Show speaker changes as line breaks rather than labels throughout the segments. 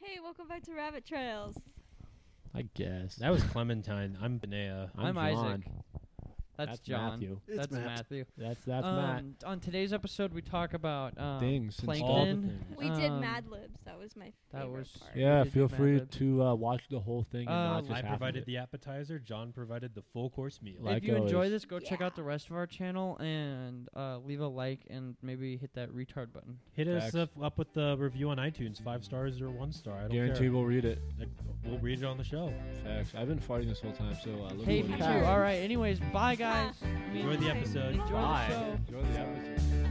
Hey, welcome back to Rabbit Trails.
I guess.
That was Clementine. I'm Benea.
I'm,
I'm Isaac.
John.
That's, John.
Matthew.
It's
That's
Matt.
Matthew.
That's that's Matt.
Um, On today's episode, we talk about um,
Things and stuff.
All the
plankton.
things.
We did
Um,
Mad Libs. That was my
that
favorite
was-
part.
Yeah,
did
feel
Mad
free
Libs.
to uh, watch the whole thing and
Uh,
not just
Um, I
half of
provided
it.
the appetizer. John provided the full course meal.
Like
if you enjoy
always.
this, go check out
Yeah.
the rest of our channel and uh, leave a like and maybe hit that retard button.
Hit us
Facts.
up, up with the review on iTunes, five stars or one star. I don't
Guarantee we'll read it.
care. We'll read it on the show.
Facts. I've been farting this whole time, so uh, look
Hey,
forward to
me too.
it.
Bye.
All right. Anyways, bye guys. We
Enjoy the
Bye.
episode.
Enjoy
Bye.
the show.
Enjoy the episode.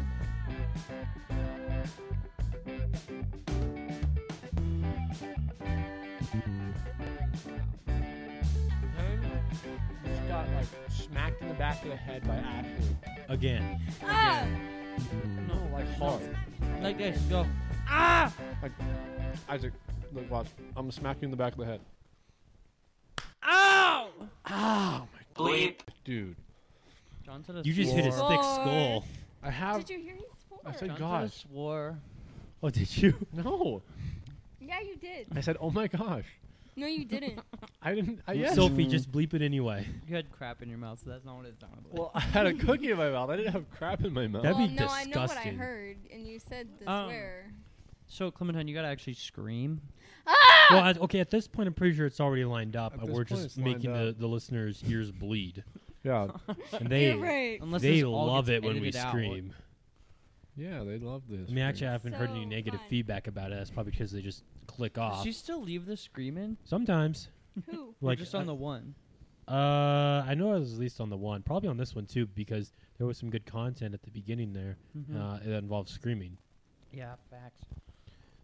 Just got like smacked in the back of the head by Ashley.
Again.
Ah!
No, like hard.
Like this. Go. Ah!
Isaac, look, watch. I'm gonna smack you in the back of the head. Oh,
Ow!
Dude,
John said a
You just hit his
swore.
thick
Four.
skull.
I have.
Did you hear he swore?
I said,
John said a
gosh.
swore.
Oh, did you?
No.
yeah, you did.
I said, oh my gosh.
No, you didn't.
I didn't. I, yes.
Sophie, just bleep it anyway.
You had crap in your mouth, so that's not what it sounded like.
Well, I had a cookie in my mouth. I didn't have crap in my mouth.
That'd
well,
be
no, I know what I
disgusting.
heard, and you said the
Um,
swear.
so Clementine, you gotta actually scream.
Well, I, okay, at this point, I'm pretty sure it's already lined up.
At
Uh,
this
We're
point,
just
it's lined
making the,
up.
the listeners' ears bleed.
yeah.
And they, Um,
You're right.
Unless
they
this all
love it
gets
when we
edited out.
scream.
Yeah, they love this.
I mean, actually, I haven't heard any
So
negative
fun.
feedback about it. That's probably because they just click
Does
off.
she still leave the screaming?
Sometimes.
Who?
Or
Like,
just on the one.
Uh, I know I was at least on the one, probably on this one too, because there was some good content at the beginning there
Mm-hmm.
uh, that involved screaming.
yeah, facts.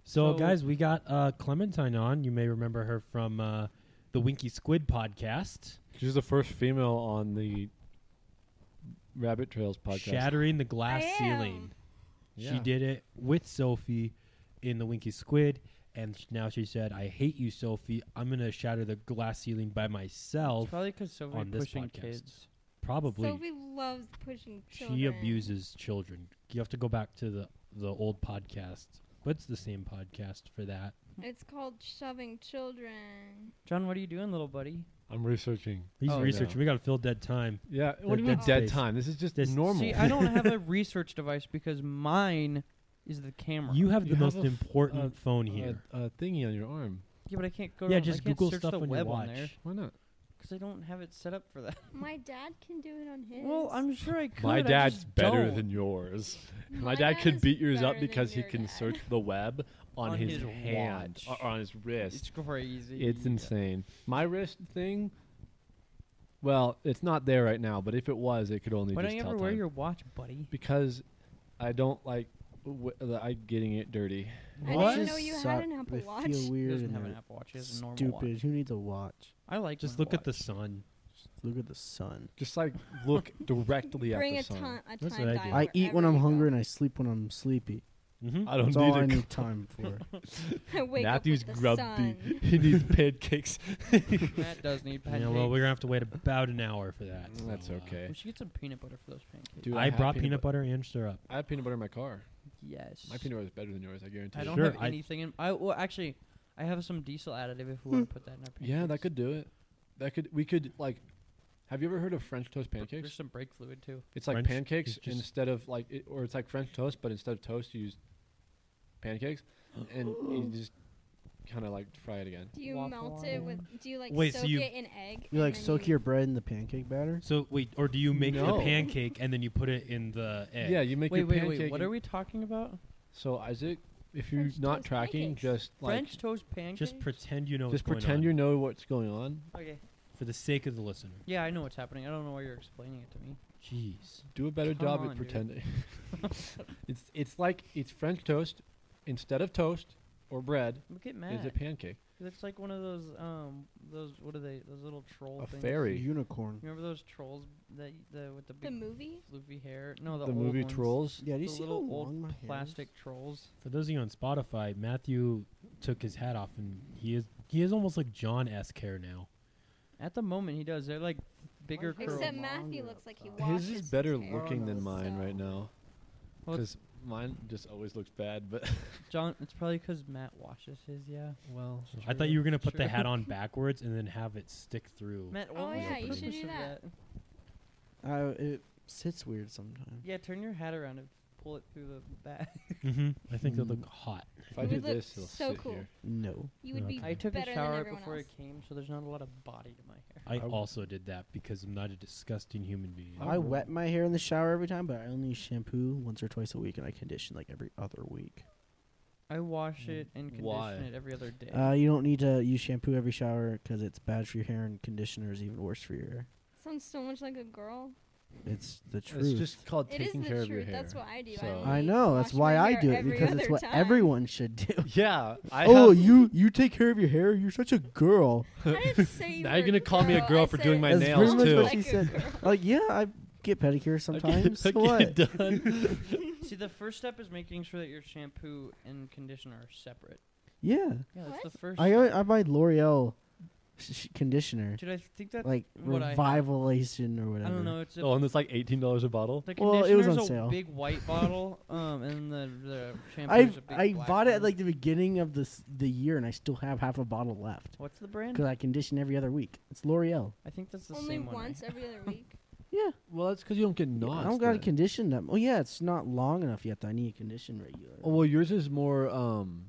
So,
So-
guys, we got uh, Clementine on. You may remember her from uh, the Winky Squid podcast,
she's the first female on the Rabbit Trails podcast.
shattering the glass
I
ceiling.
Yeah.
She did it with Sophie in the Winky Squid, and sh- now she said, "I hate you, Sophie. I'm gonna shatter the glass ceiling by myself."
It's probably because so many
on this
pushing
podcast.
kids.
Probably,
Sophie loves pushing children.
she abuses children. You have to go back to the the old podcast. What's the same podcast for that?
It's called shoving children.
John, what are you doing, little buddy?
I'm researching.
He's
Oh,
researching. We got to fill dead time.
Yeah.
They're
What do you mean
dead
dead
space.
time? This is just
This-
normal.
See, I don't have a research device because mine is the camera.
You have the
You have
most
a f-
important
uh,
phone
a,
here.
a thingy on your arm.
yeah, but I can't go.
yeah,
around- I
just
can't
Google
search
stuff
the
on your
web on
watch.
there
Why not?
because I don't have it set up for that.
My dad can do it on his.
Well, I'm sure I could.
My
I
dad's
just
better
don't.
than yours. My,
My
dad
dad
could
is
beat yours
better
up
than
because he
your
can
dad.
search the web on,
On
his,
his
hand
watch.
or on his wrist.
It's crazy.
It's insane. My wrist thing. Well, it's not there right now, but if it was, it could only.
Why
just
don't you ever
tell
wear
time.
your watch, buddy?
Because I don't like w- uh, the, I getting it dirty.
I
What?
didn't know you had an Apple
They
Watch.
feel
He
weird
doesn't
and
have an
they're
Apple Watch. He has a normal
stupid.
watch.
Who needs a watch?
I like.
Just
my
look at the
watch.
sun.
Look at the sun.
Just like look directly
Bring
at
a,
the sun.
time. a
That's
time
what I
dial
do.
I eat when
wherever
I'm
you go.
hungry and I sleep when I'm sleepy.
Mm-hmm.
I don't
That's all I
need it.
need time for.
I wake
Matthew's
up with the
grubby.
sun.
he needs pancakes.
Matt does need pancakes.
Yeah, well, we're gonna have to wait about an hour for that. so,
That's
uh,
okay.
We should get some peanut butter for those pancakes.
Dude,
I,
have
brought peanut butter and syrup.
I have peanut butter in my car.
Yes.
My peanut butter is better than yours. I guarantee.
I
it.
don't
Sure,
have
I-
anything in. I well, actually, I have some diesel additive if we want to put that in our pancakes.
Yeah, that could do it. That could. We could like. Have you ever heard of French toast
There's
pancakes?
some brake fluid too.
It's like
French is
pancakes
just-
instead of like, it, or it's like French toast, but instead of toast, you use pancakes, and you just kind of like fry it again.
Do you
Waffle
melt
on
it
it.
with? Do you like
Wait, so
soak
you-
it in egg?
You like
and then
soak your bread in the pancake batter?
So wait, or do you make
No.
the pancake and then you put it in the egg?
Yeah, you make
wait,
your
wait,
pancake.
wait. What
and-
are we talking about?
So Isaac, if you're
French
not
toast
tracking,
pancakes.
just like
French toast pancakes.
Just pretend you know.
just
what's
pretend
going
you know what's going on.
pretend. Okay.
on for the sake of the listener.
Yeah, I know what's happening. I don't know why you're explaining it to me.
Jeez.
Do a better
Come
job
on,
at
dude.
pretending. it's it's like it's French toast instead of toast or bread.
Look at
Is
Matt.
it pancake?
Looks like one of those um those what are they? Those little troll
A
things.
fairy.
Unicorn.
Remember those trolls that y- the with the
The
big
movie?
floofy hair? No, the,
The,
old
movie
ones.
Trolls.
Yeah, do you
The
see how
little old
long my hair is?
Plastic trolls.
For those of you on Spotify, Matthew took his hat off and he is he is almost like John esque hair now.
At the moment, he does. They're like bigger
Except
curls.
Except
curl
Matthew
longer
looks like he
up
washes
His is better
his hair.
looking than mine
so-
right now.
Well,
Because mine just always looks bad, but
John, it's probably because Matt washes his. Yeah.
Well,
Sure.
I thought you were gonna put the
Sure.
hat on backwards and then have it stick through.
Matt, what
Oh,
was
yeah,
the
you should
purpose
do
of
that.
Uh, it sits weird sometimes.
Yeah, turn your hat around and pull it through the back.
Mm-hmm. I think it'll
Mm.
look hot.
if I
It
do
would look
this, it'll
so
sit
cool.
here.
No.
You would be
Okay.
I took
better
a
than
shower
everyone
before
else.
I came, so there's not a lot of body to my hair.
I,
I w-
also did that because I'm not a disgusting human being.
I
I
would.
wet my hair in the shower every time, but I only shampoo once or twice a week, and I condition like every other week.
I wash
Mm.
it and condition
Why?
it every other day.
Uh, you don't need to use shampoo every shower because it's bad for your hair, and conditioner is even worse for your hair.
Sounds so much like a girl.
It's the truth.
It's just called
It is
taking
the
care
truth.
of your hair.
That's what I do.
So-
I,
I
only
know. That's
wash
why
my
I
hair
do it
every
because it's
other
what
time.
everyone should do.
Yeah. I
oh,
have-
you you take care of your hair. You're such a girl.
I didn't say you
Now
were
you're gonna
a
call me a
girl.
girl
I
for
said
doing my
That's
nails
pretty much
too.
what she
Like a
said.
girl.
Like, yeah, I get pedicures
I get-
sometimes.
I
so what?
get it done.
See, the first step is making sure that your shampoo and conditioner are separate.
Yeah,
Yeah, that's the first.
I
step.
I buy L'Oreal sh- sh- conditioner,
Dude, I think that
like
what I have.
revivalation or
I
whatever.
don't know. It's a
oh, and it's like eighteen dollars a bottle.
The
Well, it was
conditioner's
on
a
sale.
big white bottle, um, and the, the shampoo
I
is a big
I
black
bought it at
one.
like the beginning of this the year, and I still have half a bottle left
What's the brand?
because I condition every other week. It's L'Oreal.
I think that's the
Only
same one. right?
once every other week.
Yeah,
Well, that's because you don't get knots.
I don't got to condition them. Oh yeah, it's not long enough yet. That I need to condition regular.
Oh, well, yours is more um,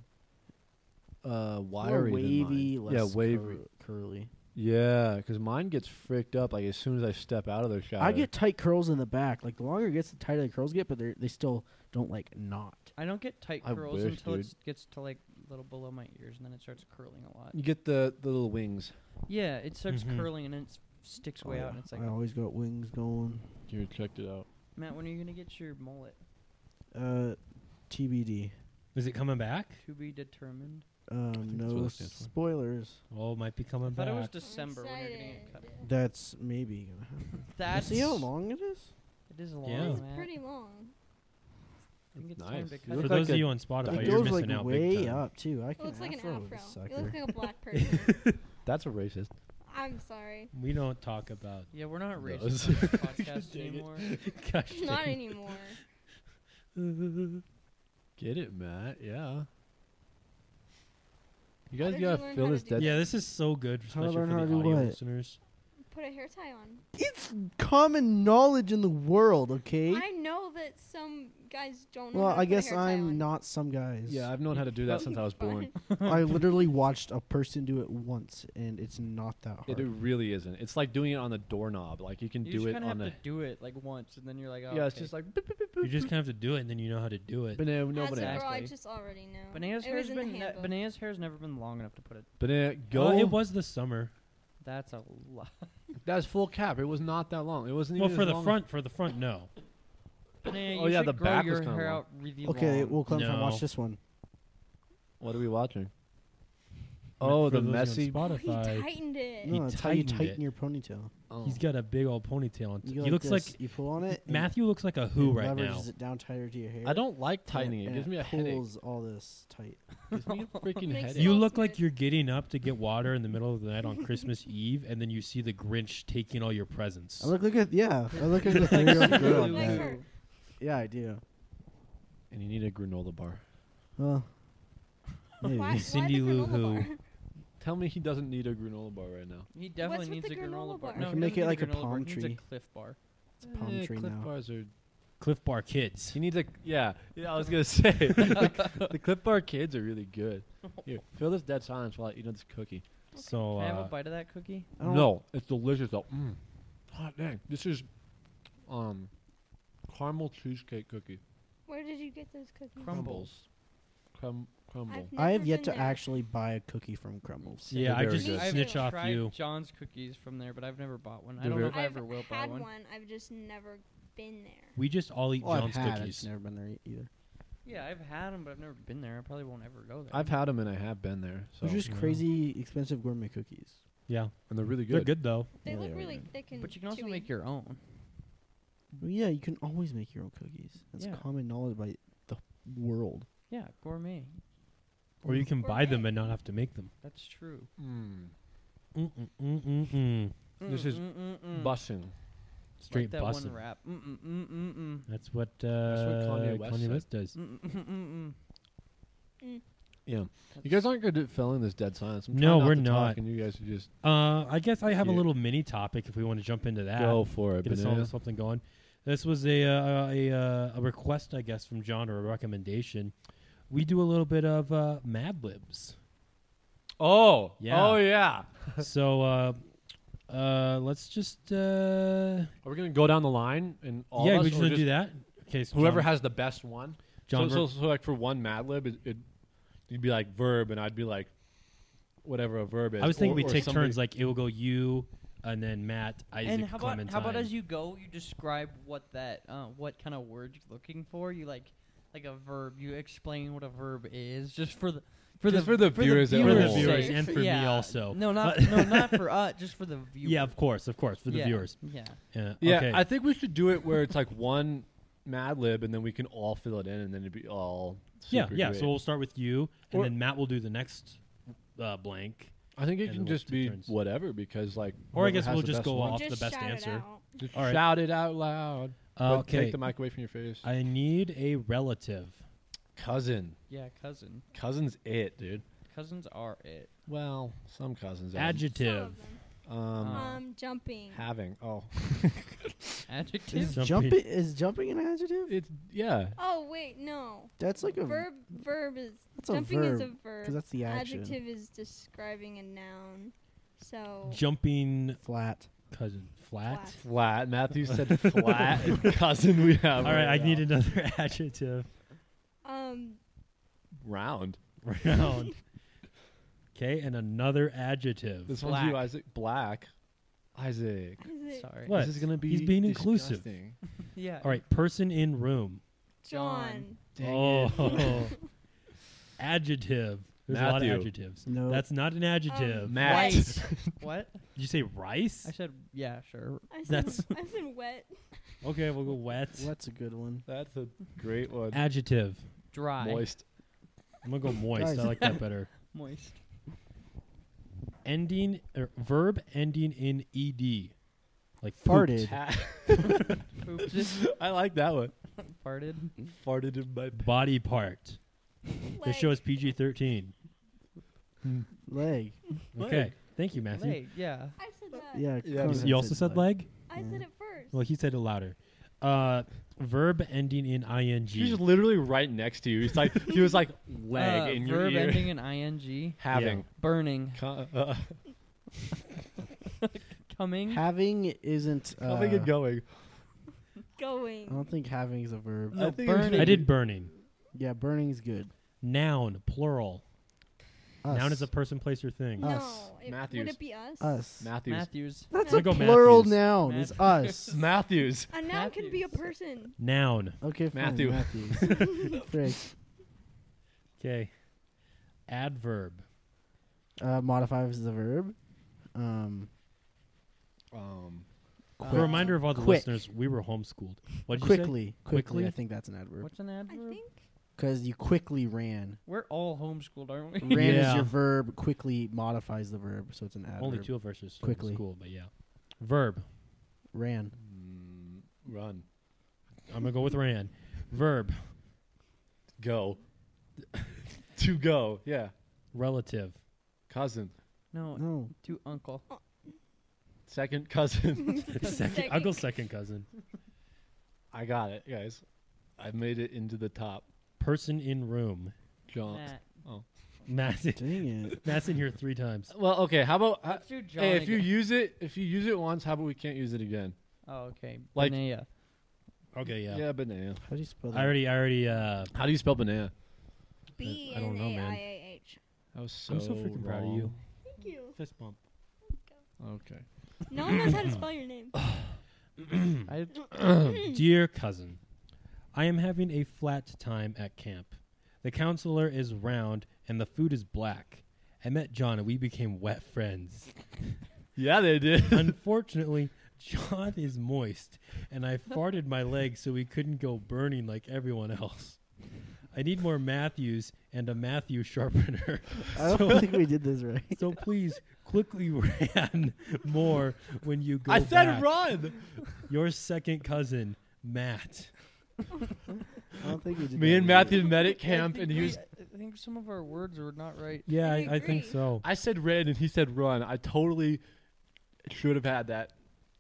uh,
More
wiry, than mine.
wavy, less
yeah, wavy.
cur- curly.
Yeah, because mine gets fricked up like as soon as I step out of the shower.
I get tight curls in the back. Like the longer it gets, the tighter the curls get, but they they still don't like knot.
I don't get tight
I
curls
wish,
until
dude.
it gets to like a little below my ears, and then it starts curling a lot.
you get the, the little wings.
Yeah, it starts
Mhm.
curling and then it s- sticks way out,
Oh, yeah.
and it's like,
I always got wings going.
You checked it out.
Matt, when are you gonna get your mullet?
Uh, TBD.
Is it coming back?
To be determined.
Um,
think that's what
no
that stands for.
spoilers.
Oh, it might be
I
coming
thought
back.
it was
I'm
December when you're getting it cut.
excited.
That's maybe gonna happen.
That's
See how long it is?
It is long,
Yeah.
It's
Matt.
pretty long.
I think it's time
Nice.
to
You
cut
look
For
it.
like
those
a-
of you on Spotify,
it
you're
goes
missing
like
out
way
big time.
up too. I
It
can
looks like an
afro,
afro.
Sucker.
It looks like a black person.
That's a racist.
I'm sorry.
We don't talk about.
Yeah, we're not racist
Those.
on this podcast
Dang it.
anymore.
Gosh,
Not
dang.
anymore.
Get it, Matt? Yeah. You
How
guys
did you
gotta
learn
fill
how to
this
do
dead.
yeah, this is so good,
How to
especially for
learn
the
how to do
audio
what?
listeners.
Put a hair tie on.
It's common knowledge in the world. Okay.
I know that some guys don't know.
well,
how to
I
put a
guess
hair tie
I'm
on.
not some guys.
Yeah, I've known how to do that since I was born.
Fine.
I literally watched a person do it once, and it's not that
It,
hard.
really isn't. It's like doing it on the doorknob. Like you can
You
do
just
it
kinda
on
have
the.
to do it like once, and then you're like, oh,
yeah, it's
okay.
just like. Boop, boop, boop,
You
boop,
just
boop.
kind of have to do it, and then you know how to do it.
Banana, no
As a
banana.
girl, I
Exactly.
just already know.
Banana's
it
hair's
was in
been
the
ne-
handbook.
Banana's hair's never been long enough to put it.
Banana, go.
Well, Uh, it was the summer.
That's a lot.
That's full cap. It was not that long. It wasn't
Well,
even
for
as
the
long-
front, for the front, no.
Banana,
Oh,
you
yeah,
should
the
grow
back was
your
kinda
hair
long.
out really
okay,
long.
well, Clem, can I watch
No.
this one.
What are we watching?
Meant
Oh,
for
the
those of
messy.
you on
Oh, he
Spotify.
tightened it.
He
No, it's how you
tightened
tighten
it.
your ponytail.
Oh.
He's got a big old ponytail. On
You
t-
go
he looks like
this, you pull on it. and
Matthew looks like a who
it
right now.
leverages it down tighter to your hair.
I don't
Oh,
like
and
tightening it. It
and
gives me a
pulls
headache.
all this tight.
Gives me a freaking
Makes
headache.
it
You
all
look like
smooth.
you're getting up to get water in the middle of the night on Christmas Eve, and then you see the Grinch taking all your presents.
I look like a yeah. I look like a three-year-old girl. on
Like
that.
her.
Yeah, I do.
and you need a granola bar.
Well, maybe.
Why,
Cindy
why the
Lou
granola
Who.
bar?
Tell me he doesn't need a granola bar right now.
he definitely
What's with
needs
the
a granola,
granola
bar.
bar?
No,
We
he
can make
doesn't need
it like a
granola bar,
palm
he needs
tree.
a Cliff bar.
It's a palm
Eh,
tree
Clif
now.
bars are.
Cliff Bar Kids.
He needs a. Yeah, yeah. I was gonna say the, c- the Cliff Bar kids are really good. Here, fill this dead silence while I eat on this cookie.
So
Can I have a
uh,
bite of that cookie?
I don't-
No, it's delicious though. Mm. Hot dang, this is um caramel cheesecake cookie
Where did you get those cookies?
Crumbles.
Crumb crumble.
I've
I
never
have yet
been
to
there.
actually buy a cookie from Crumbles.
yeah, I
They're
just
very good.
Me
snitch
too.
off
tried
you.
John's cookies from there, but I've never bought one. I
They're
don't know
very-
if I
I've
ever will buy
had
one.
one. I've just never been there.
We just all eat
Well, Oh, I've
John's
had, I've
cookies.
just never been there e- either.
Yeah, I've had them, but I've never been there. I probably won't ever go there.
I've had them and I have been there. So
They're just
no.
crazy expensive gourmet cookies.
Yeah,
and they're really good.
they're good though.
They
Yeah,
look
they are
really
good.
thick and
but you can also
chewy.
make your own.
Well, yeah, you can always make your own cookies. That's
Yeah.
common knowledge by the world.
Yeah, gourmet.
Or you can buy them
Gourmet.
and not have to make them.
That's true.
Mm.
Mm-mm-mm-mm-mm.
This is
Mm-mm-mm-mm.
Bussing.
Straight
like that
bussin'.
one rap. Mm mm mm mm mm.
That's what, uh,
Kanye
Kanye,
West
West,
said.
does.
Mm, mm, mm, mm,
Mm.
Yeah. You guys aren't good at filling this dead silence. I'm
No,
trying
we're
to
not.
Talk and you guys are just
Uh, I guess I have a
Yeah. Oh,
little mini topic if we want to jump into that.
go for it.
Ah, get us
banana.
all something going. This was a uh, a uh, a request, I guess, from John or a recommendation. We do a little bit of uh, Mad Libs,
Oh,
Yeah.
Oh, yeah.
so uh, uh, let's just uh,
Are we gonna go down the line and all
yeah,
of us,
we just
or
want to do that. Okay, so
Whoever
John,
has the best one.
John
so, so, so like for one Mad Lib, it, it you'd be like verb, and I'd be like whatever a verb is.
I was thinking
or-
we
or
take
somebody-
turns. Like it will go you, and then Matt, Isaac,
And how about
Clementine.
how about as you go, you describe what that uh, what kind of word you're looking for. You like like a verb. You explain what a verb is, just for the for
Just
the
for the viewers at
for the
home.
viewers
sake.
and for me
Yeah.
also?
No, not no, not for uh, just for the viewers.
yeah, of course, of course, for the
Yeah,
viewers.
Yeah.
Yeah,
Yeah,
okay.
I think we should do it where it's like one Mad Lib, and then we can all fill it in, and then it'd be all.
yeah,
super
yeah.
great.
So we'll start with you, and
Or-
then Matt will do the next uh, blank.
I think it
and
can
then we'll
just
take
be
turns.
whatever because like.
Or
whoever
I guess
has
we'll
the
just
best
go
one-
off
Just
the best
shout
answer.
It out.
Just
All right.
shout it out loud.
Uh,
but Take
okay,
the mic away from your face.
I need a relative.
cousin,
Yeah, cousin.
cousin's it, dude.
Cousins are it.
Well, some cousins. have
Some
'em.
Adjective.
of them.
Um,
Uh,
Um, jumping.
having. Oh,
Is
Adjectives.
Jumping.
jumping is jumping an adjective?
it's yeah.
Oh wait, no.
That's like a
verb. Verb is
That's a
jumping is a
verb because
verb.
that's the action.
Adjective is describing a noun. So
Jumping
Flat.
cousin
Flat.
flat.
Flat. Matthew said flat. and cousin, we have.
All right, I
now.
need another adjective
um,
round.
round. Okay, and another adjective.
This one's you,
Black.
Isaac. Black. Isaac.
is it
Sorry.
What?
This is gonna be.
He's being inclusive.
disgusting.
Yeah.
All right, person in room.
John?
Dang it.
oh, adjective. There's a lot of
Matthew.
adjectives.
No.
That's not an adjective.
Um,
Matt.
White.
What?
Did you say rice?
I said yeah, sure.
I said,
That's-
I said wet.
Okay, we'll go wet.
That's a good one.
That's a great one.
Adjective.
Dry.
Moist.
I'm gonna go moist.
Guys.
I like that better.
Moist.
Ending er, verb ending in ed, like pooped.
Farted.
Ta-
Pooped. Just
I like that one.
farted.
Farted in my.
Body part. This
Leg.
show is PG-13.
Leg.
Okay. Thank you, Matthew.
Leg. Yeah.
I said that.
Yeah.
You
Conan
said-
You also said leg?
I said it first.
Well, he said it louder. Uh, verb ending in
He's
ing.
literally right next to you. He's like he was like leg
Uh,
in your
verb
ear.
ending in ing.
Having.
Burning.
Co- uh,
Coming.
Having isn't. Uh,
Coming and going.
Going.
um,
I don't think having is a verb.
No,
I think it was-
burning.
I did burning.
Yeah, burning is good.
Noun, plural.
Us.
Noun is a person, place, or thing.
no.
us.
It,
Matthews.
Would it be us?
us.
Matthews.
Matthews.
That's
I'll
a
go
plural
Matthews.
noun. Is us.
Matthews.
A noun could be a
Matthews.
person.
Noun.
Okay, fine.
Matthew.
Matthews. Frick.
Okay. Adverb.
Uh, modifiers is a verb. Um,
Um,
For a reminder of all the
Uh, Quick.
listeners, we were homeschooled. What did you
quickly, quickly,
Quickly?
I think that's an adverb
What's an
I
adverb?
think.
because you quickly ran.
We're all homeschooled, aren't we?
Ran
Yeah.
is your verb. Quickly modifies the verb, so it's an
say?
adverb.
Only two of us are still
Quickly.
in school, but yeah. Verb.
Ran.
mm, run.
I'm going to go with ran. Verb.
Go. to go. Yeah.
Relative.
Cousin.
No,
No,
to uncle.
Second cousin.
Second, I'll go second cousin.
I got it, guys. I made it into the top.
Person in room.
John.
Matt.
Matt's in,
dang it.
Matt's in here three times.
Well, okay. How about uh,
Let's do John.
hey, if you
again.
use it, if you use it once, how about we can't use it again?
oh, okay.
like-
Benea.
Okay, yeah.
yeah banana.
How do you spell that?
I already, I already, uh,
How do you spell banana?
B
I don't
N
know,
A
man.
I A H.
That was so.
I'm so freaking proud of you.
wrong.
Thank you.
fist bump.
Okay.
No one knows how to spell your name.
hmm.
I,
Dear cousin, I am having a flat time at camp. The counselor is round and the food is black. I met John and we became wet friends.
Yeah, they did.
Unfortunately, John is moist and I farted my leg so we couldn't go burning like everyone else. I need more Matthews and a Matthew sharpener.
I don't think we did this right.
So please quickly ran more when you go.
I said
back.
run.
Your second cousin, Matt.
I don't think we did.
Me
that
and
right.
Matthew met at camp,
I
and
think
he
we-
was.
I think some of our words were not right.
Yeah,
I
I, I think
agree.
so.
I said ran, and he said run. I totally should have had that.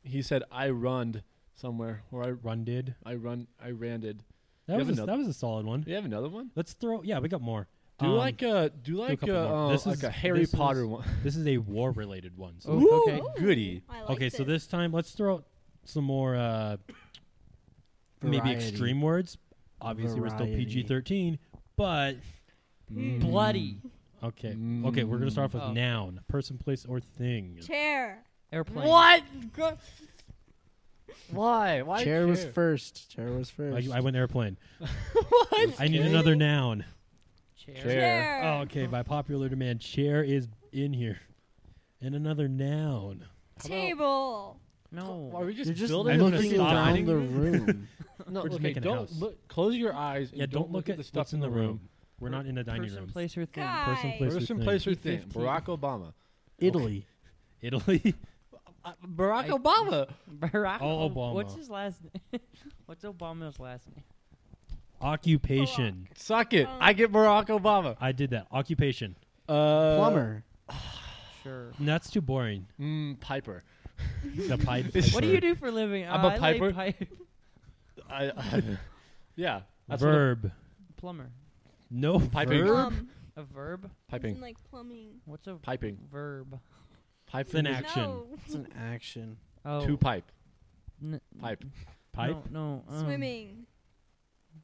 He said I runned somewhere, or I
Run did.
I run I randed.
That
You
was
have
a,
another-
that was a solid one.
Do you have another one?
Let's throw. Yeah, we got more.
Do
Um,
like a do like
couple
a,
more.
uh,
This
like
is-
a Harry
this
Potter
is-
one.
This is a war related one. So
Oh, okay.
Ooh,
goody.
I like
okay, so this time let's throw out some more uh, maybe
Variety.
extreme words. Obviously, we're still
Variety.
PG thirteen, but
Hmm.
Mm.
Bloody
okay, okay, we're gonna start off with
Mm.
Oh.
noun, person, place, or thing.
chair.
airplane.
Go- Why? Why?
Chair was first. Chair was
I,
first.
I went airplane.
What?
I need another noun.
Chair.
Chair.
Chair.
Oh, okay, by popular demand, chair is in here, and another noun.
Table.
Are
No.
we just
You're just
building
I'm gonna
looking
stop.
around
dining
the
room?
room.
No,
We're just
okay,
making a
don't
house.
look. Close your eyes. and
Yeah, don't, look, at
the
the
stuff
what's in the room. We're not in a dining
Person,
room.
place, or thing.
God.
Person, place, or
Person,
thing.
place, or thing.
P15.
Barack Obama.
Italy.
Italy.
Uh, Barack
I-
Obama.
Barack
Oh,
Ob-
Obama.
What's his last name? what's Obama's last name?
Occupation.
Suck it. I get Barack Obama.
I did that. Occupation.
Uh,
Plumber.
Sure.
And That's too boring.
Mm, Piper.
The pipe.
What
What do
Sure.
you do for a living?
I'm
Uh,
a
I lay
piper.
pipe.
I, I, yeah. That's what a-
Verb.
Plumber.
No
Piping.
verb.
Plum.
A verb?
As in,
piping.
like plumbing.
What's a
Piping.
verb?
It's an
Piping. is
action.
No.
It's an action.
Oh.
To pipe.
n-
Pipe.
Pipe.
No. no um,
Swimming.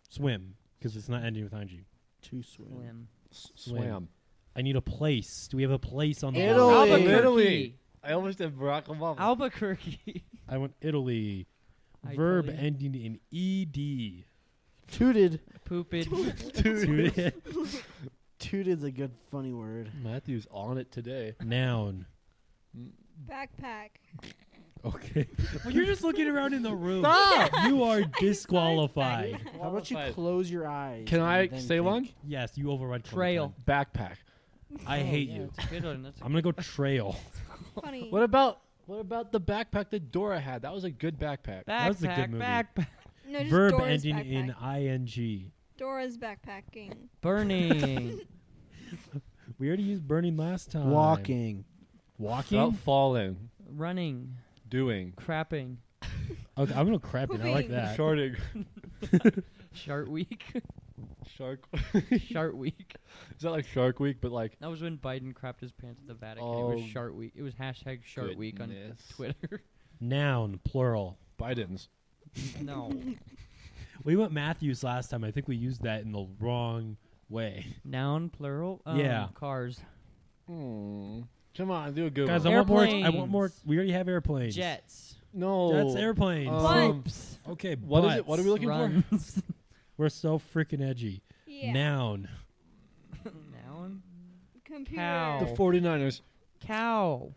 Swim. Because it's not ending with ing.
Too swim.
Swim.
S-
Swim.
Swam.
I need a place. Do we have a place on the
Italy.
wall?
Albuquerque.
Albuquerque.
I almost said Barack Obama.
Albuquerque.
I want Italy.
I
Verb
totally-
ending in E ed.
Tooted.
Poopid.
Dude.
Tooted's a good funny word.
Matthew's on it today.
Noun.
Backpack.
Okay. well, you're just looking around in the room.
Stop!
You are disqualified.
How about you
Qualified.
close your eyes?
Can
and
I
then
say
think?
one?
Yes, you override. Clementine.
Trail.
Backpack.
I
Oh,
hate
yeah,
you.
That's a good one. That's a
I'm gonna go trail.
Funny.
What about what about the backpack that Dora had? That was a good backpack.
backpack.
was a good movie.
Backpack.
no, just
Verb
Dora's
ending
backpack.
in ing.
Dora's backpacking.
Burning.
We already used burning last time.
Walking.
Walking.
Without falling,
Running.
doing,
Crapping.
Okay, I'm gonna crap it. I like
Pooping.
that.
shorting,
Shark week.
shark.
Shark week.
Is that like Shark Week? But like
That was when Biden crapped his pants at the Vatican. it was
Oh,
Shark Week. It was hashtag Shark Week on
goodness.
Twitter.
Noun, plural.
Biden's.
no.
We went Matthews last time. I think we used that in the wrong way.
Noun plural. Um,
Yeah.
Cars.
Hmm. Come on, do a good
Guys,
one.
I want more. I want
Airplanes. Oh.
more. We already have airplanes.
Jets.
no,
That's airplanes.
Um,
Bumps.
okay.
what is it?
butts.
What are we looking for?
Runs.
We're so freaking edgy.
Yeah.
Noun.
Noun.
Computer.
Cow.
The 49ers.
Cow.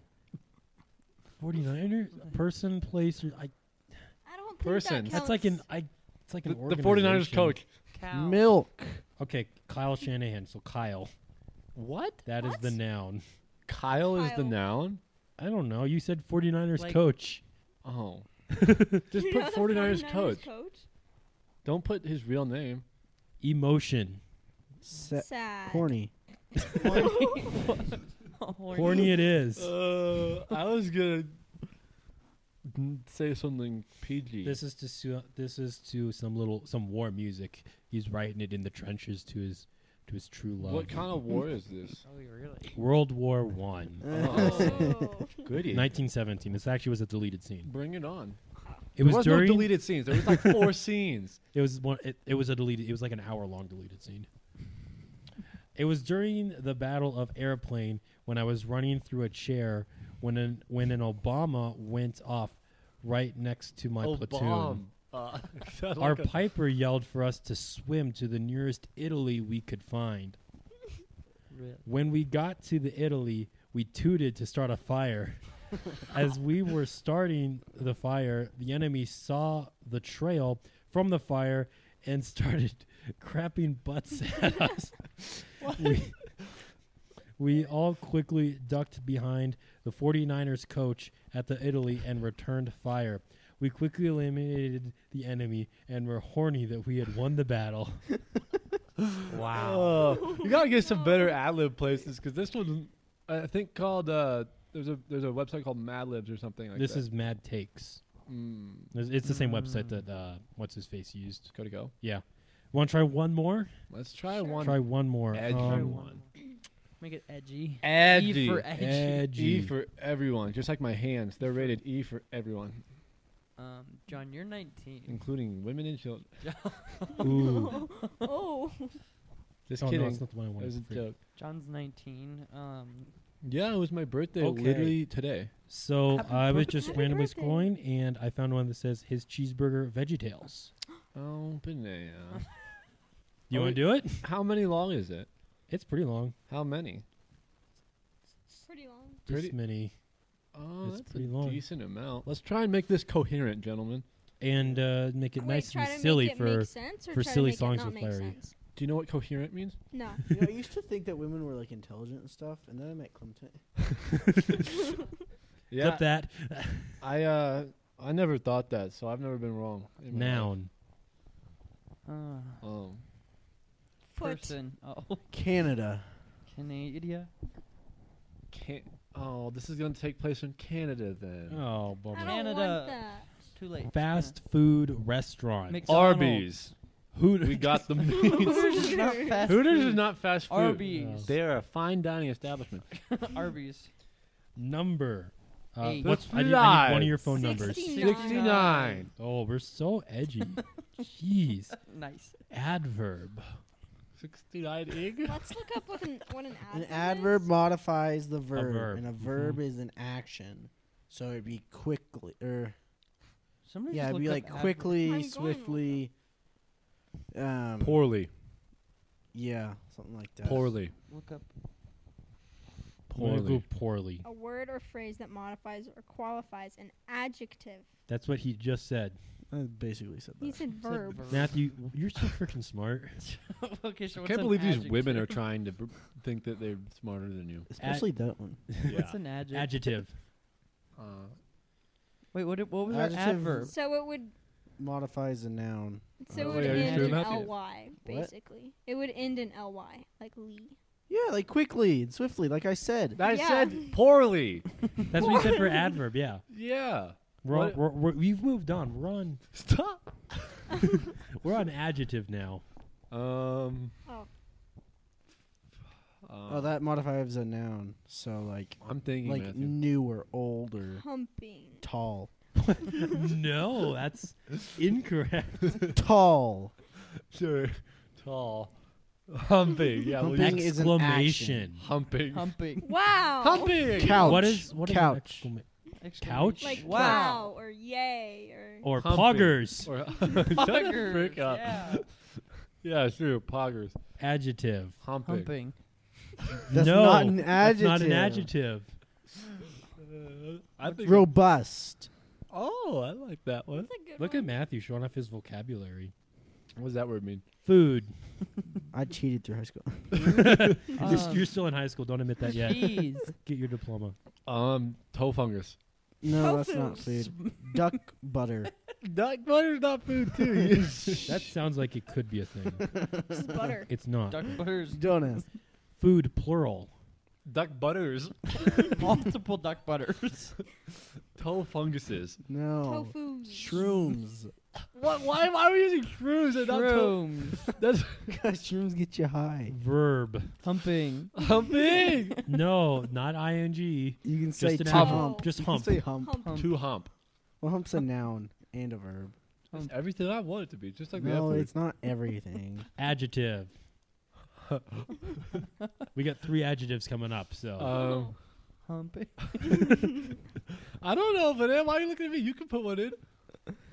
49ers. Person, place. Or, I,
I don't think
Person.
That
that's like an.
counts.
I. It's like
The,
an.
the 49ers
organization.
coach.
Cow.
Milk.
Okay, Kyle Shanahan. So Kyle.
What?
That is
What?
the noun.
Kyle, is the
Kyle.
noun.
I don't know. You said 49ers
Like-
coach.
Oh. Just
You know
put
the
49ers,
49ers
coach. Don't put his real name.
Emotion.
Se-
Sad.
corny.
Horny.
Horny it is.
Uh, I was gonna n- say something PG.
This is to su- this is to some little some war music. He's writing it in the trenches to his to his true love.
what kind of war is this?
Oh, really?
World War
Uh,
One,
Oh.
Goody.
1917. This actually was a deleted scene.
Bring it on.
It
There
was,
was
during.
no deleted scenes. There was like four scenes.
It was one. It, it was a deleted. It was like an hour long deleted scene. It was during the Battle of Airplane when I was running through a chair when an when an Obama went off right next to my
oh,
platoon.
bomb. Uh, sounds
Our
like a-
piper yelled for us to swim to the nearest Italy we could find.
Really?
When we got to the Italy, we tooted to start a fire. As we were starting the fire, the enemy saw the trail from the fire and started crapping butts at us. we, we all quickly ducked behind the 49ers coach at the Italy and returned fire. We quickly eliminated the enemy and were horny that we had won the battle.
Oh, you gotta get some
No.
better ad lib places because this one, I think called uh, there's a there's a website called Mad Libs or something like
this
that.
is Mad Takes.
mm,
It's it's the same
Mm.
website that uh, what's his face used.
go to go.
Yeah. Want to try one more?
Let's try
Sure.
one.
Try E one more.
Edgy.
Try
Um,
one. Make it edgy.
edgy.
E for edgy.
E
Edgy.
for everyone, just like my hands. They're rated E for everyone,
Um, John, you're 19.
including women and children.
Ooh.
oh.
Just
Oh, no,
kidding.
that's not the one I
that was a
wanted. Freak.
joke.
John's 19. Um,
Yeah, it was my birthday
Okay.
literally today.
So
Happy
I was
birthday.
just
Happy
randomly
birthday.
scrolling, and I found one that says his cheeseburger veggie tails.
Oh, banana.
You
Oh,
want
wait.
to do it?
How many long is it?
It's pretty long.
How many?
Pretty long.
This
Pretty-
many.
Oh,
It's
that's
pretty
a
long.
decent amount. Let's try and make this coherent, gentlemen.
And uh, make it
Wait,
nice
try
and
to make
silly
it
for.
make sense or
for
try to
silly
make it
songs
not
with
make
Larry.
sense?
Do you know what coherent means?
No.
You know, I used to think that women were like intelligent and stuff, and then I met Clementine.
Yeah,
Flip that.
I uh, I never thought that, so I've never been wrong. in my
Noun.
uh,
life. Um,
Foot.
person. Oh,
Canada.
Canada.
can Oh, this is going to take place in Canada then.
Uh,
Oh,
I
bummer.
don't
Canada.
want that.
Too late.
Fast food restaurant.
Mc-
Arby's.
Hoot-
We got the meats.
Hooters is not fast
Hooters is
food.
not fast food.
Arby's.
They are a fine dining establishment.
Arby's.
number. Uh,
Eight.
what's,
Let's
I, need, I need one
live.
of your phone numbers.
69.
69.
Oh, we're so edgy. Jeez.
Nice.
Adverb.
69 egg?
Let's look up what an, what an
An
adverb
adverb
is.
modifies the verb,
verb,
and a
mhm.
verb is an action. So it'd be quickly, or
Somebody
yeah,
just
it'd be
looked
like
up adverb.
I'm going
quickly,
with
swiftly. Um,
Poorly.
yeah, something like that.
Poorly.
Look up.
I'm gonna
Poorly.
go poorly.
A word or phrase that modifies or qualifies an adjective.
That's what he just said.
I basically said that.
He said
said
verb.
Matthew, you're so freaking smart.
okay, so
I
what's
can't
an
believe these
adjective?
women are trying to br- think that they're smarter than you.
Especially that one.
What's an adjective?
Adjective.
Uh,
Wait, what? What was
Adjective.
our adverb?
So it would
Modifies a noun.
so
Oh,
it would
yeah, you
end
sure
in
about that?
ly basically. It would end in ly like Lee.
Yeah, like quickly and swiftly, like I said.
I
Yeah.
said poorly.
That's what you said for adverb, yeah.
Yeah.
We're on,
What-
we're, we're, we've moved on. We're on,
Stop.
we're on adjective now.
Um. Uh,
Oh.
Oh, that modifies a noun. So like,
I'm thinking,
like
Matthew.
new or old or
Humping.
tall.
no, that's incorrect.
tall.
Sure. Tall. Humping. Yeah. we'll
Humping
use-
is an
Exclamation.
humping.
Humping.
Wow.
Humping.
Couch.
What is what is an
couch?
exclama-
Exclamation.
Couch?
Like
Wow.
wow or yay or
or
Humping.
poggers?
Or- Shut the
Poggers,
frick up.
Yeah.
Yeah, sure. Poggers.
Adjective.
Humping.
Humping.
That's
no,
not an
that's not an
adjective.
adjective.
I think.
Robust.
oh, I like that one.
That's a good
Look at
one.
Matthew showing off his vocabulary.
What does that word mean?
Food.
I cheated through high school.
You're, s-
Um,
you're still in high school. Don't admit that yet.
Jeez.
Get your diploma.
Um, toe fungus.
No, that's
Tofu.
not food. Duck butter.
Duck butter's not food too.
That sounds like it could be a thing.
It's butter.
It's not.
Duck butters.
Donuts.
Food plural.
Duck butters.
Multiple duck butters.
Toe funguses.
No.
Tofu.
Shrooms.
What? Why am I using shrooms and not toe?
Shrooms.
That's
Because shrooms get you high.
Verb.
Humping.
humping.
No, not ing.
You can say
an
to
adjective.
hump.
Just
You can
hump.
say hump.
Hump.
Hump.
to hump.
Well, hump's a noun and a verb.
It's everything I want it to be. Just like the F
no,
word.
it's not everything.
Adjective. we got three adjectives coming up, so
Uh,
Um,
Humping.
I don't know, but eh, why are you looking at me? You can put one in.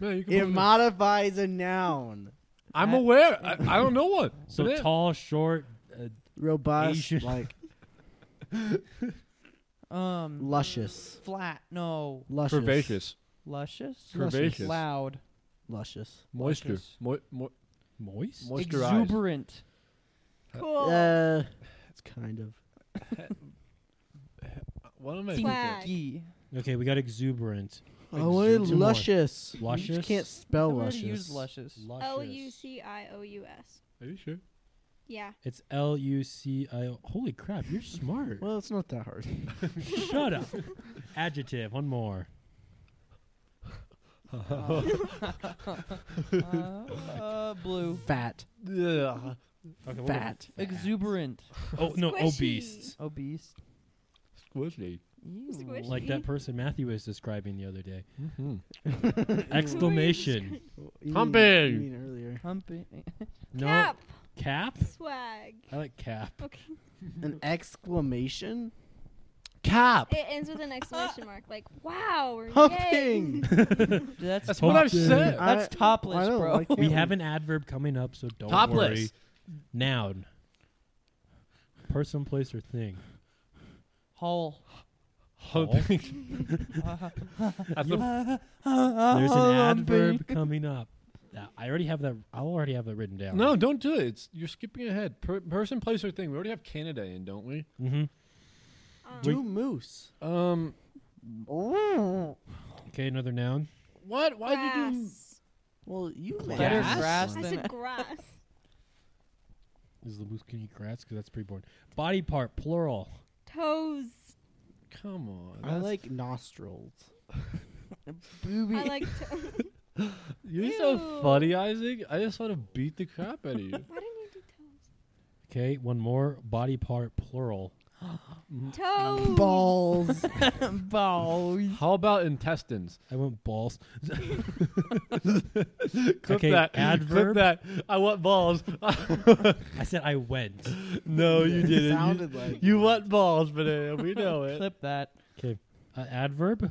Man, you can
it
put one in.
modifies a noun.
I'm
I-
aware. I, I don't know one.
so
Put it in.
tall, short, uh,
Robust,
Asian.
like
Um.
luscious.
Flat. No.
Luscious.
Curvaceous.
Luscious.
Curvaceous.
Loud.
Luscious.
Moisture.
Luscious.
Mo- mo-
moist.
moisturized.
Exuberant.
Cool.
Uh, it's kind of.
What am I
Swag.
thinking?
Gee.
Okay, we got exuberant.
Oh, wait,
Exude- two more.
luscious. You
Luscious?
just can't spell
I've already
luscious.
used luscious.
L U C I O U S.
Are you sure?
Yeah.
It's L U C I O. Holy crap, you're smart.
Well, it's not that hard.
Shut up. Adjective, one more.
uh, uh, blue.
Fat.
Ugh.
Okay, what
Fat.
the f-
Exuberant.
Oh, no,
Squishy.
obese.
Obese.
Squishy.
Ew.
Squish.
Like that person Matthew was describing the other day.
Mm-hmm.
Exclamation.
You
Humping.
mean- you mean earlier.
Humpy.
No.
Cap.
Cap?
Swag.
I like cap.
Okay.
An exclamation?
Cap.
It ends with an exclamation mark. Like, wow. We're
Humping.
Yay.
Dude, That's
That's what I've
Humping.
said.
I-
That's topless,
I know,
bro.
I can't
We
re-
have an adverb coming up, so don't worry.
Topless.
Noun. Person, place, or thing.
Hall.
Humping. That's the Uh-huh,
There's an
Humping.
adverb coming up. Uh, I already have that. I'll already have that written down.
No, don't do it. It's you're skipping ahead. Per- person, place, or thing. We already have Canada in, don't we?
Mm-hmm.
Um,
Do moose.
Um,
Okay, another noun.
what? Why
grass.
did you?
Well, you made
Better
this
grass
I
one.
than-
said grass.
Is the moose can eat grass? Because that's pretty boring. Body part, plural.
Toes.
Do, come on.
I
that's-
like nostrils.
I like to-
You're so
Ew.
funny, Isaac. I just want to beat the crap out of you.
Why didn't you do toes?
Okay, one more. Body part, plural.
Mm. Oh.
Toes.
Balls.
Balls.
How about intestines?
I went balls.
Clip
Okay,
that. Clip
adverb.
that. I want balls.
I said I went.
no, Oh, you didn't. You-
sounded like
you, want balls, but we know it.
Clip that.
Okay, uh, adverb.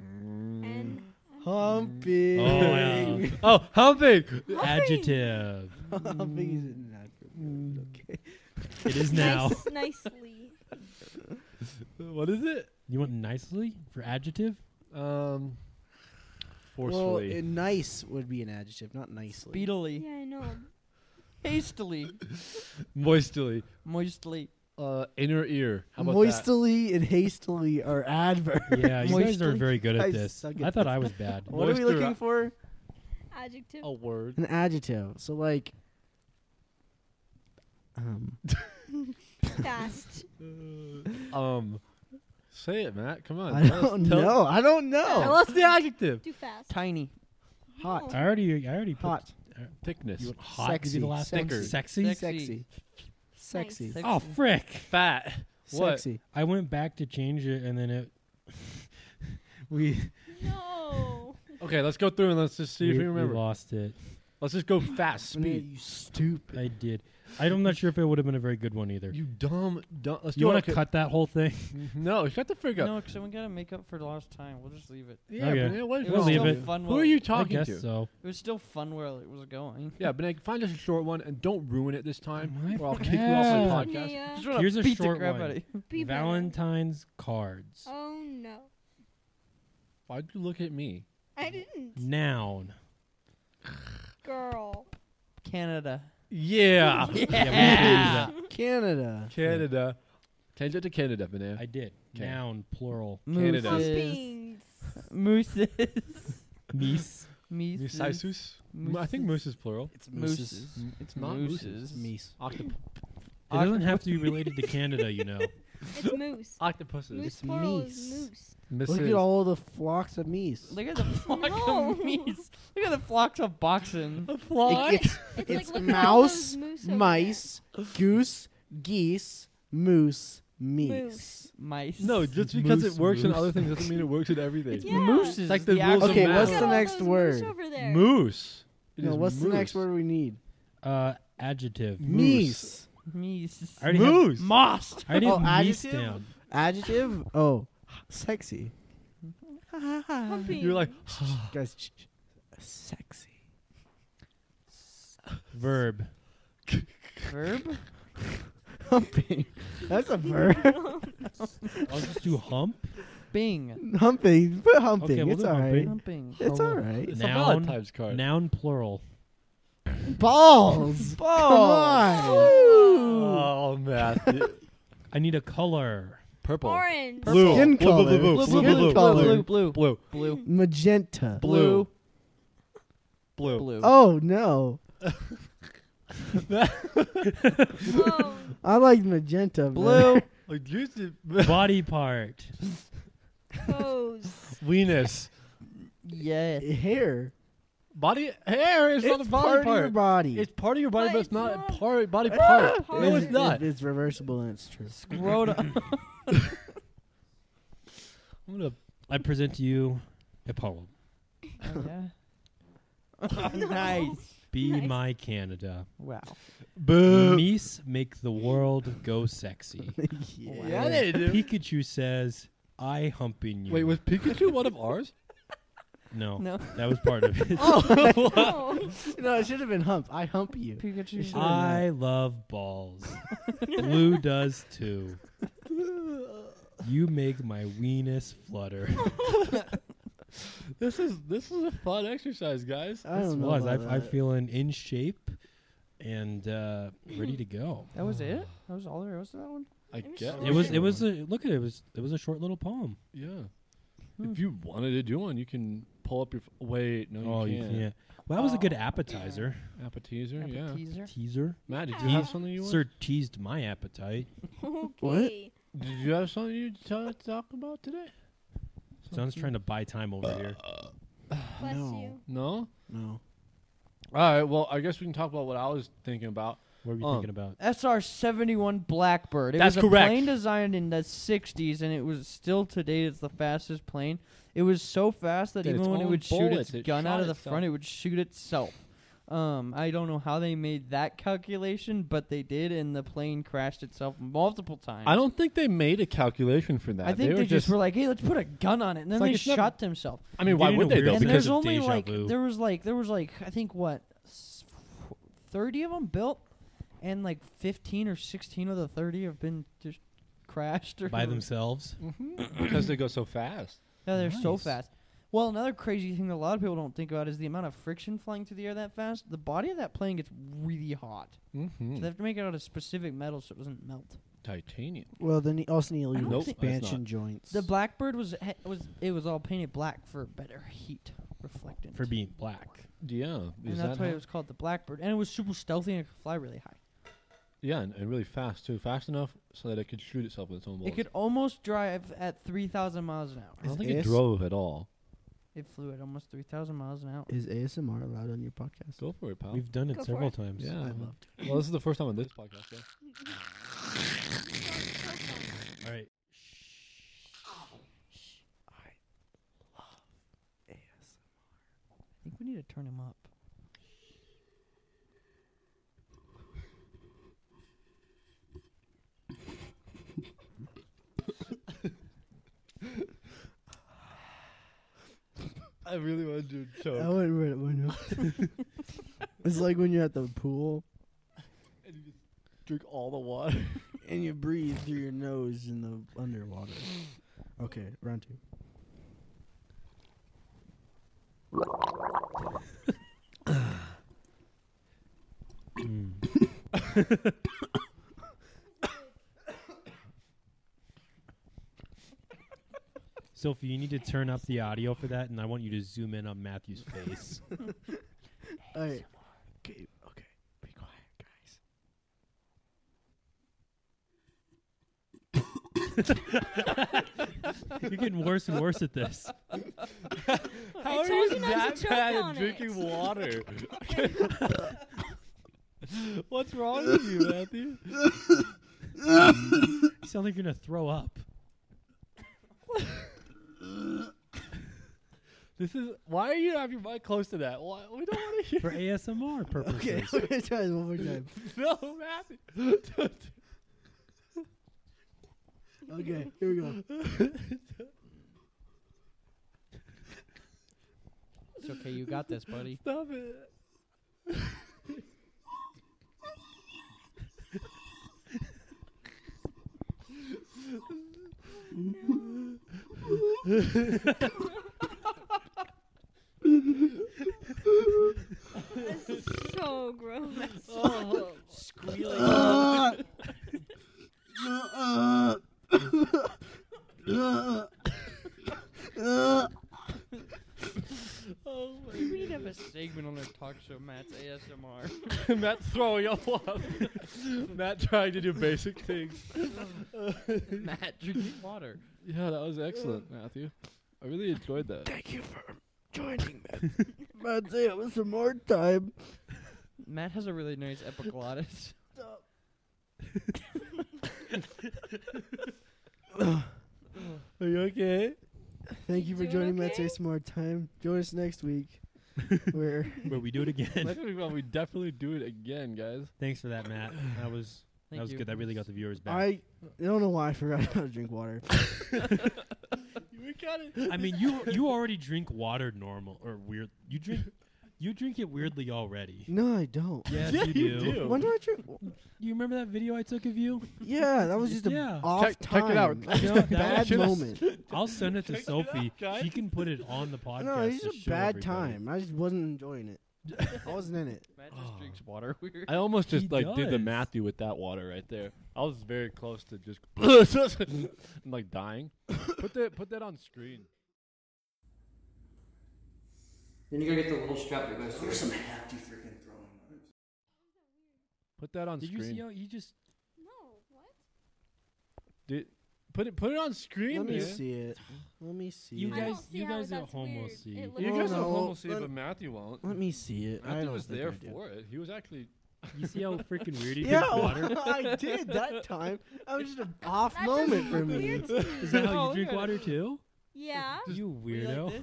And
humping.
Oh, yeah.
Oh, humping.
Adjective.
Humping is an adverb. Okay.
It is now.
nice, nicely.
What is it?
You want nicely for adjective?
Um,
Well,
forcefully.
uh, nice would be an adjective, not nicely.
Speedily.
Yeah, I know.
Hastily.
moistly.
Moistly.
Uh, inner ear. How about that?
Moistly and hastily are adverbs.
Yeah, you guys are
Moistly.
very good
I
at this.
suck at
I thought I was bad.
What are we
Moisture-
looking for?
Adjective.
Oh.
A word.
An adjective. So like, um,
Fast.
Um, say it, Matt. Come on.
I
tell us-
don't
tell-
know. I don't
Tell
know.
us the adjective.
Do fast.
Tiny.
Hot.
I already, I already put
Hot,
Thickness.
You want hot to be
Sexy.
the last one?
Sexy.
Sexy.
Sex-
sexy, sexy,
Nice.
Oh frick!
Fat. What?
sexy.
I went back to change it, and then it. we
No.
Okay, let's go through and let's just see if
we,
we remember.
we lost it.
let's just go fast,
Speed.
speed.
You stupid.
I did. I'm not sure if it would have been a very good one either.
You
You,
dumb, dumb. Let's do
want
like
to
a-
cut that whole thing?
No, shut the frig up.
No, because we gotta make up for lost time. We'll just leave it.
Yeah,
Okay.
Benet, what is
It
We'll
was
wrong with
leave
still
it.
you?
fun.
Who
while
are you
it-
I
talking
guess
to?
so.
It was still fun while it was going.
Yeah, Benet, find us a short one and don't ruin it this time,
My
or I'll kick you off the podcast.
Nea,
Just wanna
Here's a
beat
short
the crap
one.
out of you.
be better.
Valentine's cards.
Oh no.
Why'd you look at me?
I didn't.
Noun.
Girl.
Canada.
Yeah,
Yeah, we changed
Canada.
Canada. Change it to Canada,
that. I
Benet.
did.
Okay.
Noun plural.
Canada. Yes.
Mooses.
Beans.
Mooses.
Miss.
Mooses.
Mooses. I think moose is plural.
It's
Mooses.
mooses.
It's
Not
mooses.
Meese.
Octop-
It doesn't have to be related to Canada, you know.
It's moose.
octopuses.
Moose
It's
plural is
meese.
moose.
Look at all the flocks of meese.
Look at the flock
No.
of meese. Look at the flocks of boxing.
It- it's
It's,
It's
like look at all those
mouse,
moose over there.
mice, goose, geese, moose, meese.
Moose.
Mice.
No, just because it
Moose,
works in
moose.
other things doesn't mean it works in everything.
It's
It's
Yeah.
mooses.
Like the rules of
actual-
Okay,
math.
Look
what's the
at all
next
those
word?
Moose over there.
Moose. It
No,
is
what's the next
moose.
word we need?
Uh, adjective.
Moose.
Meese.
Meese.
I already
Moose.
Moss.
Have, I already
Oh,
have meese
adjective?
down.
Adjective? Oh, sexy.
Humping.
You're like,
Guys, sh- sh- sexy.
Verb.
Verb.
Humping. That's a verb.
I'll just do hump.
Bing.
Humping. Put humping.
Okay, we'll
it's
do
all right.
humping.
Humping.
It's all
Hello.
right.
it's a
Noun.
Valentine's card.
Noun plural.
Balls. Come on.
Oh, Matthew.
I need a color.
Purple.
Orange.
Blue.
Skin
blue, blue,
color.
blue, blue,
Skin
blue, blue,
color.
blue, blue, blue,
Blue.
blue,
Magenta.
Blue.
blue,
Blue.
Oh no.
Whoa.
I like magenta. man.
blue.
Like, juicy.
Body part.
Toes.
Venus.
yeah.
Hair.
Body hair is not a body
part, of your body.
It's part of your body,
But
but, it's
it's
not, a
not-
part, body
Ah!
part. No,
It's-
it's not.
It's reversible and it's true.
Scrotum.
I'm gonna. I present to you a poem.
Oh, yeah. Oh,
nice.
Be
Nice.
my Canada.
Wow.
Boo.
Meese make the world go sexy.
yeah.
Yeah, they do.
Pikachu says, "I humping you."
Wait, was Pikachu one of ours?
no,
No.
that was part of it.
Oh.
No, it should have been hump. I hump you.
Pikachu.
Ah.
I love balls. Blue does too. You make my weenus flutter.
This is this is a fun exercise, guys.
I
This
don't know.
was.
about
I, I
that.
feeling in shape and uh, ready to go.
That was it. That was all there was to that one.
I
I'm
guess
sorry.
It was. It was. A, look at it. it. Was it was a short little poem.
Yeah. If you wanted to do one, you can pull up your. F- Wait, no, you
oh,
can't.
you can't. Well, that was a good
Oh.
appetizer.
Appetizer,
Have a
yeah.
teaser.
Teaser.
Matt, did you
Yeah.
have something you
Sir teased my appetite.
Okay.
want? Did you have something you to talk about today?
John's trying to buy time over here.
Uh,
Bless
No.
you.
No.
No.
All right. Well, I guess we can talk about what I was thinking about.
What are we
Um,
thinking about?
SR seventy one Blackbird. It
That's
was a
correct.
plane designed in the sixties and it was still to date it's the fastest plane. It was so fast that
Did
even
its
when it
own
would shoot
bullets,
its
it
gun out
shot
of the
itself.
front, it would shoot itself. Um, I don't know how they made that calculation, but they did, and the plane crashed itself multiple times.
I don't think they made a calculation for that.
I think
they
they,
were
just, were like, "Hey, let's put a gun on it," and then
like
they
it's never-
shot themselves.
I mean, why
They
would
did
they
it
though?
weird
And
Because
there's
of
only
deja
like
vu.
there was like there was like I think what s- thirty of them built, and like fifteen or sixteen of the thirty have been just crashed or
By
um,
themselves.
because they go so fast.
Yeah, they're so
Nice.
fast. Well, another crazy thing that a lot of people don't think about is the amount of friction flying through the air that fast. The body of that plane gets really hot. So
Mm-hmm.
they have to make it out of specific metal so it doesn't melt.
Titanium.
Well, then you also
I
need your
don't Nope, think-
that's
expansion
not.
joints.
The Blackbird was he- was it was all painted black for better heat reflectance.
for being black.
Yeah.
and
is that
that's why
how-
it was called the Blackbird. And it was super stealthy and it could fly really high.
Yeah, and, and really fast too. Fast enough so that it could shoot itself with its own
It
bullets.
could almost drive at 3,000 miles an
I
hour.
don't
Is
think it
this-
drove at all.
It flew at almost 3,000 miles an hour.
Is ASMR allowed on your podcast?
Go for it, pal.
We've done it
Go for
several
it.
times.
Oh. yeah.
I loved it.
Well, this is the first time on this podcast. Yeah.
All right.
I think we need to turn him up.
I really wanted to choke.
Oh.
I went right at my nose. it's like when you're at the pool
and you just drink all the water.
and you breathe through your nose in the underwater. Okay, round two.
Sophie, you need to turn up the audio for that, and I want you to zoom in on Matthew's face.
All right. Okay, okay. Be quiet, guys.
You're getting worse and worse at this.
How I told you not to choke on it.
water? What's wrong with you, Matthew?
You sound like you're gonna throw up.
This is why are you have your mic close to that? Why, we don't want to hear.
For ASMR purposes.
Okay, okay, try it one more time.
No, Matthew.
Okay, here we go.
It's okay, you got this, buddy.
Stop it.
This is so
Oh, Oh, we need to have a segment on our talk show, Matt's ASMR.
Matt throwing up. Matt trying to do basic things.
Matt drinking water.
Yeah, that was excellent, Matthew. I really enjoyed that.
Thank you for joining me. Matt, it was some more time.
Matt has a really nice epiglottis.
Are you okay? Thank you for
Doing
joining
okay?
Matt's more time. Join us next week. Where
But we do it again.
well, we definitely do it again, guys.
Thanks for that, Matt. That was
Thank
that was
you.
good. That really got the viewers back.
I I don't know why I forgot how to drink water.
I mean, you you already drink water normal or weird. You drink you drink it weirdly already.
No, I don't.
Yes,
Yeah,
you,
you
do.
do.
When do I drink?
You remember that video I took of you?
Yeah, that was just a
Yeah.
off
Check- check it out.
time. That was
No,
just a
that
bad
was just-
moment.
I'll send it to
Check it out,
Sophie.
guys.
she can put it on the podcast.
No, it's
to
just a
show
bad
everybody.
time. I just wasn't enjoying it. I wasn't in it.
Matt just
Oh.
drinks water weird.
I almost just
He
like did the
does.
Matthew with that water right there. I was very close to just I'm, like dying. Put that put that on screen.
Then you're gonna get the little strap that goes through.
There's some hefty freaking throwing.
Put that on
Did you
screen.
see how he just?
No, what?
Did, put it put it on screen.
Let me
dude.
see it. Let me see
You
it.
I don't
guys-
see
you
how
guys at
that's
home will
weird.
see.
It
You
looks
You guys
Oh, no,
will almost see it,
let-
but Matthew won't.
Let me see it. I
Matthew
don't
was
think
there
I did.
for it. He was actually
You see how freaking weird he
Yeah,
drinks water?
I did that time. That was just an off
That doesn't
moment for
look
me.
weird to me.
Is that how
Oh,
you drink
yeah.
water too?
Yeah.
You
You like
weirdo.
this?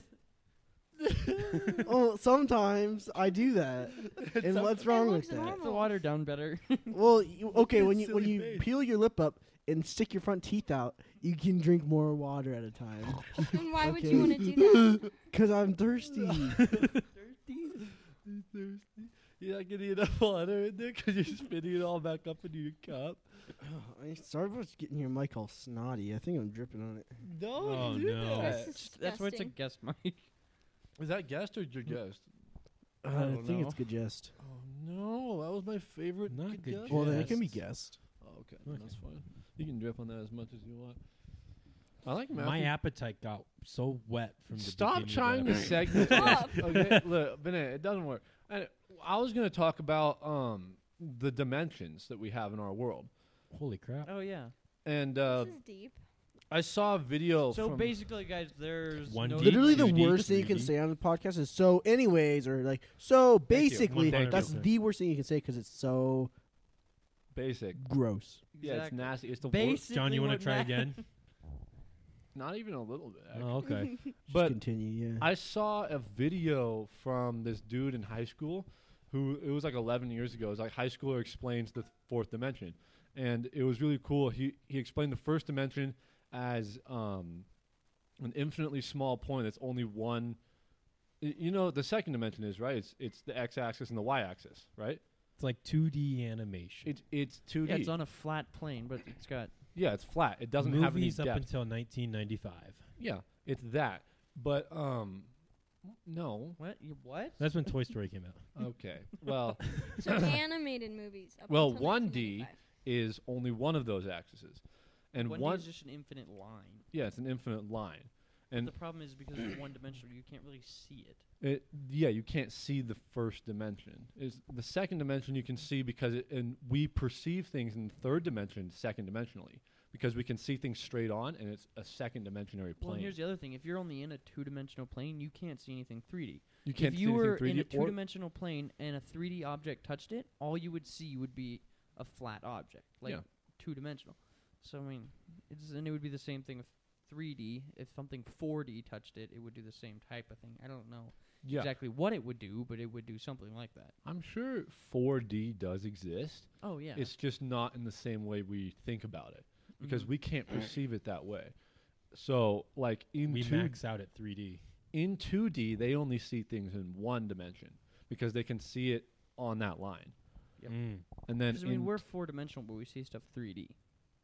Oh, sometimes I do that. And what's wrong
It
with
looks
that?
normal.
Put the water down better.
Well, you, okay, when you when
Silly
you
face.
peel your lip up and stick your front teeth out, you can drink more water at a time.
And why would
Okay.
you want to do that?
Cause I'm thirsty.
thirsty. You're not getting enough water in there because you're spitting it all back up into your cup.
I started with getting your mic all snotty. I think I'm dripping on it.
No,
Oh,
you do that.
no.
That's disgusting.
That's why it's a guest mic.
Is that guest or your guest?
I
Uh, I,
don't
think
know.
it's good jest.
Oh no, that was my favorite.
Not
good
good
guess.
Well, then it can be
Jest.
guessed.
Oh, okay, then
Okay.
that's fine. You can drip on that as much as you want. I like Matthew.
My appetite got so wet from the
Stop
beginning of
trying
that
to segment.
Stop.
this. okay, look, Benet, it doesn't work. And I was gonna talk about um the dimensions that we have in our world,
Holy crap!
Oh yeah.
and uh,
This is deep.
I saw a video.
Hmm. So
from
basically, guys, there's
One
no
D,
Literally, the
2D,
worst thing you can
3D.
say on a podcast is "so, anyways" or like "so
you.
basically."
Thank
That's
you.
the worst thing you can say because it's so
basic.
gross.
Yeah, it's
Exactly.
nasty. It's the worst.
Basic-
John, you want
what
to try
Matt-
again?
Not even a little bit. actually.
Oh, okay.
Just
But
continue. Yeah.
I saw a video from this dude in high school who it was like 11 years ago. It was like high schooler explains the fourth dimension, and it was really cool. He he explained the first dimension as um, an infinitely small point that's only one. y- You know what the second dimension is right. It's it's the x-axis and the y-axis, right?
It's like 2D animation.
It's it's two D.
Yeah, it's on a flat plane, but it's got
flat. It doesn't
Movies
have any
up
depth.
until 1995.
yeah, it's that. But um, no.
what? You what?
That's when Toy Story came out.
Okay. Well.
So animated movies. Up
Well,
until
1D
1995.
is only one of those axes. And
one,
one,
D is just an infinite line.
yeah, it's an infinite line. And
The problem is because it's one dimensional, you can't really see it.
it, yeah, you can't see the first dimension. Is the second dimension you can see because it, and we perceive things in the third dimension second dimensionally because we can see things straight on and it's a second dimensionary
Well, and
plane.
here's the other thing: if you're only in a two-dimensional plane, you can't see anything 3D.
you can't
if
see
you were
anything
in a
3D or
two-dimensional plane and a 3D object touched it, all you would see would be a flat object, like
Yeah.
two-dimensional. So I mean, it's and it would be the same thing with 3D. If something 4D touched it, it would do the same type of thing. I don't know
yeah.
exactly what it would do, but it would do something like that.
I'm sure 4D does exist.
Oh yeah,
It's just not in the same way we think about it because
Mhm.
we can't perceive it that way. So, like in
We
2D
max out at 3D.
in 2D, they only see things in one dimension because they can see it on that line.
Yep.
Mm.
And then
'Cause, I mean,
in-
we're four-dimensional, but we see stuff 3D.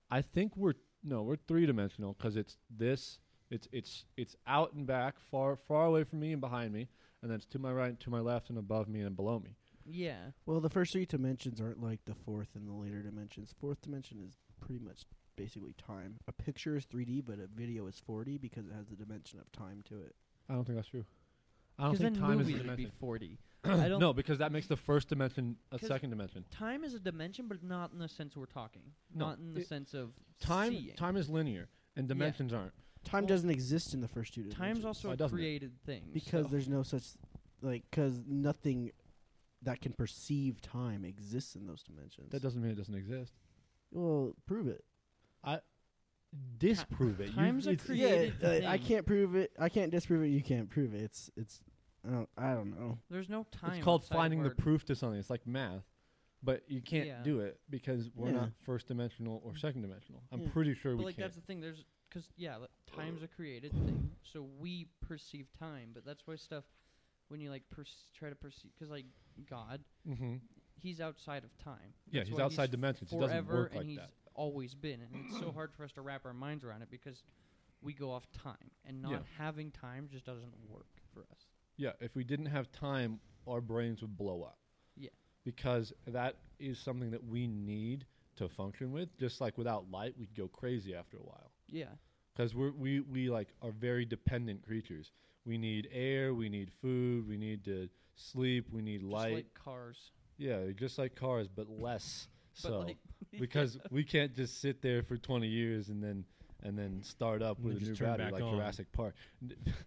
I think we're no, we're three dimensional because it's this, it's it's it's out and back, far far away from me and behind me, and then it's to my right, to my left, and above me and below me.
Yeah.
well, the first three dimensions aren't like the fourth and the later dimensions. Fourth dimension is pretty much basically time. A picture is 3D, but a video is 4D because it has the dimension of time to it.
I don't think that's true. I don't
Because
think
then
time is a
movies would be
dimension.
forty. I don't.
no, because that makes the first dimension a
'Cause
second dimension.
Time is a dimension, but not in the sense we're talking.
No,
Not in the
it-
sense of
Time
seeing.
time is linear and dimensions aren't.
Time
Well,
doesn't exist in the first two.
Time's
dimensions.
also
Why
a
doesn't it?
created thing.
because
so-
there's no such like because nothing that can perceive time exists in those dimensions.
That doesn't mean it doesn't exist.
well, prove it.
Disprove it.
time's a created
yeah,
thing.
I can't prove it. I can't disprove it. You can't prove it. It's it's. I don't, I don't know.
There's no time.
It's called
outside
finding
of
the
our-
proof to something. It's like math, but you can't
Yeah. Mm.
do it because we're
Yeah.
not first dimensional or second dimensional. I'm
Yeah.
pretty sure
But
we
like
can't.
that's the thing. There's because yeah, like, time's a created thing, so we perceive time. But that's why stuff when you like perce- try to perceive because like God,
mm-hmm.
he's outside of time.
Yeah,
That's
he's
why
outside dimensions. It
Forever,
doesn't work
and
like
he's
that.
always been, and it's so hard for us to wrap our minds around it because we go off time, and not
Yeah.
having time just doesn't work for us.
Yeah, if we didn't have time, our brains would blow up.
Yeah.
Because that is something that we need to function with. Just like without light, we'd go crazy after a while.
Yeah,
Because we're we, we like are very dependent creatures. We need air, we need food, we need to sleep, we need
just
light.
like cars,
yeah, just like cars, but less
but
so.
like
because we can't just sit there for 20 years and then and then start up
And then
with a
just
new
turn
battery
back
like
on.
Jurassic Park.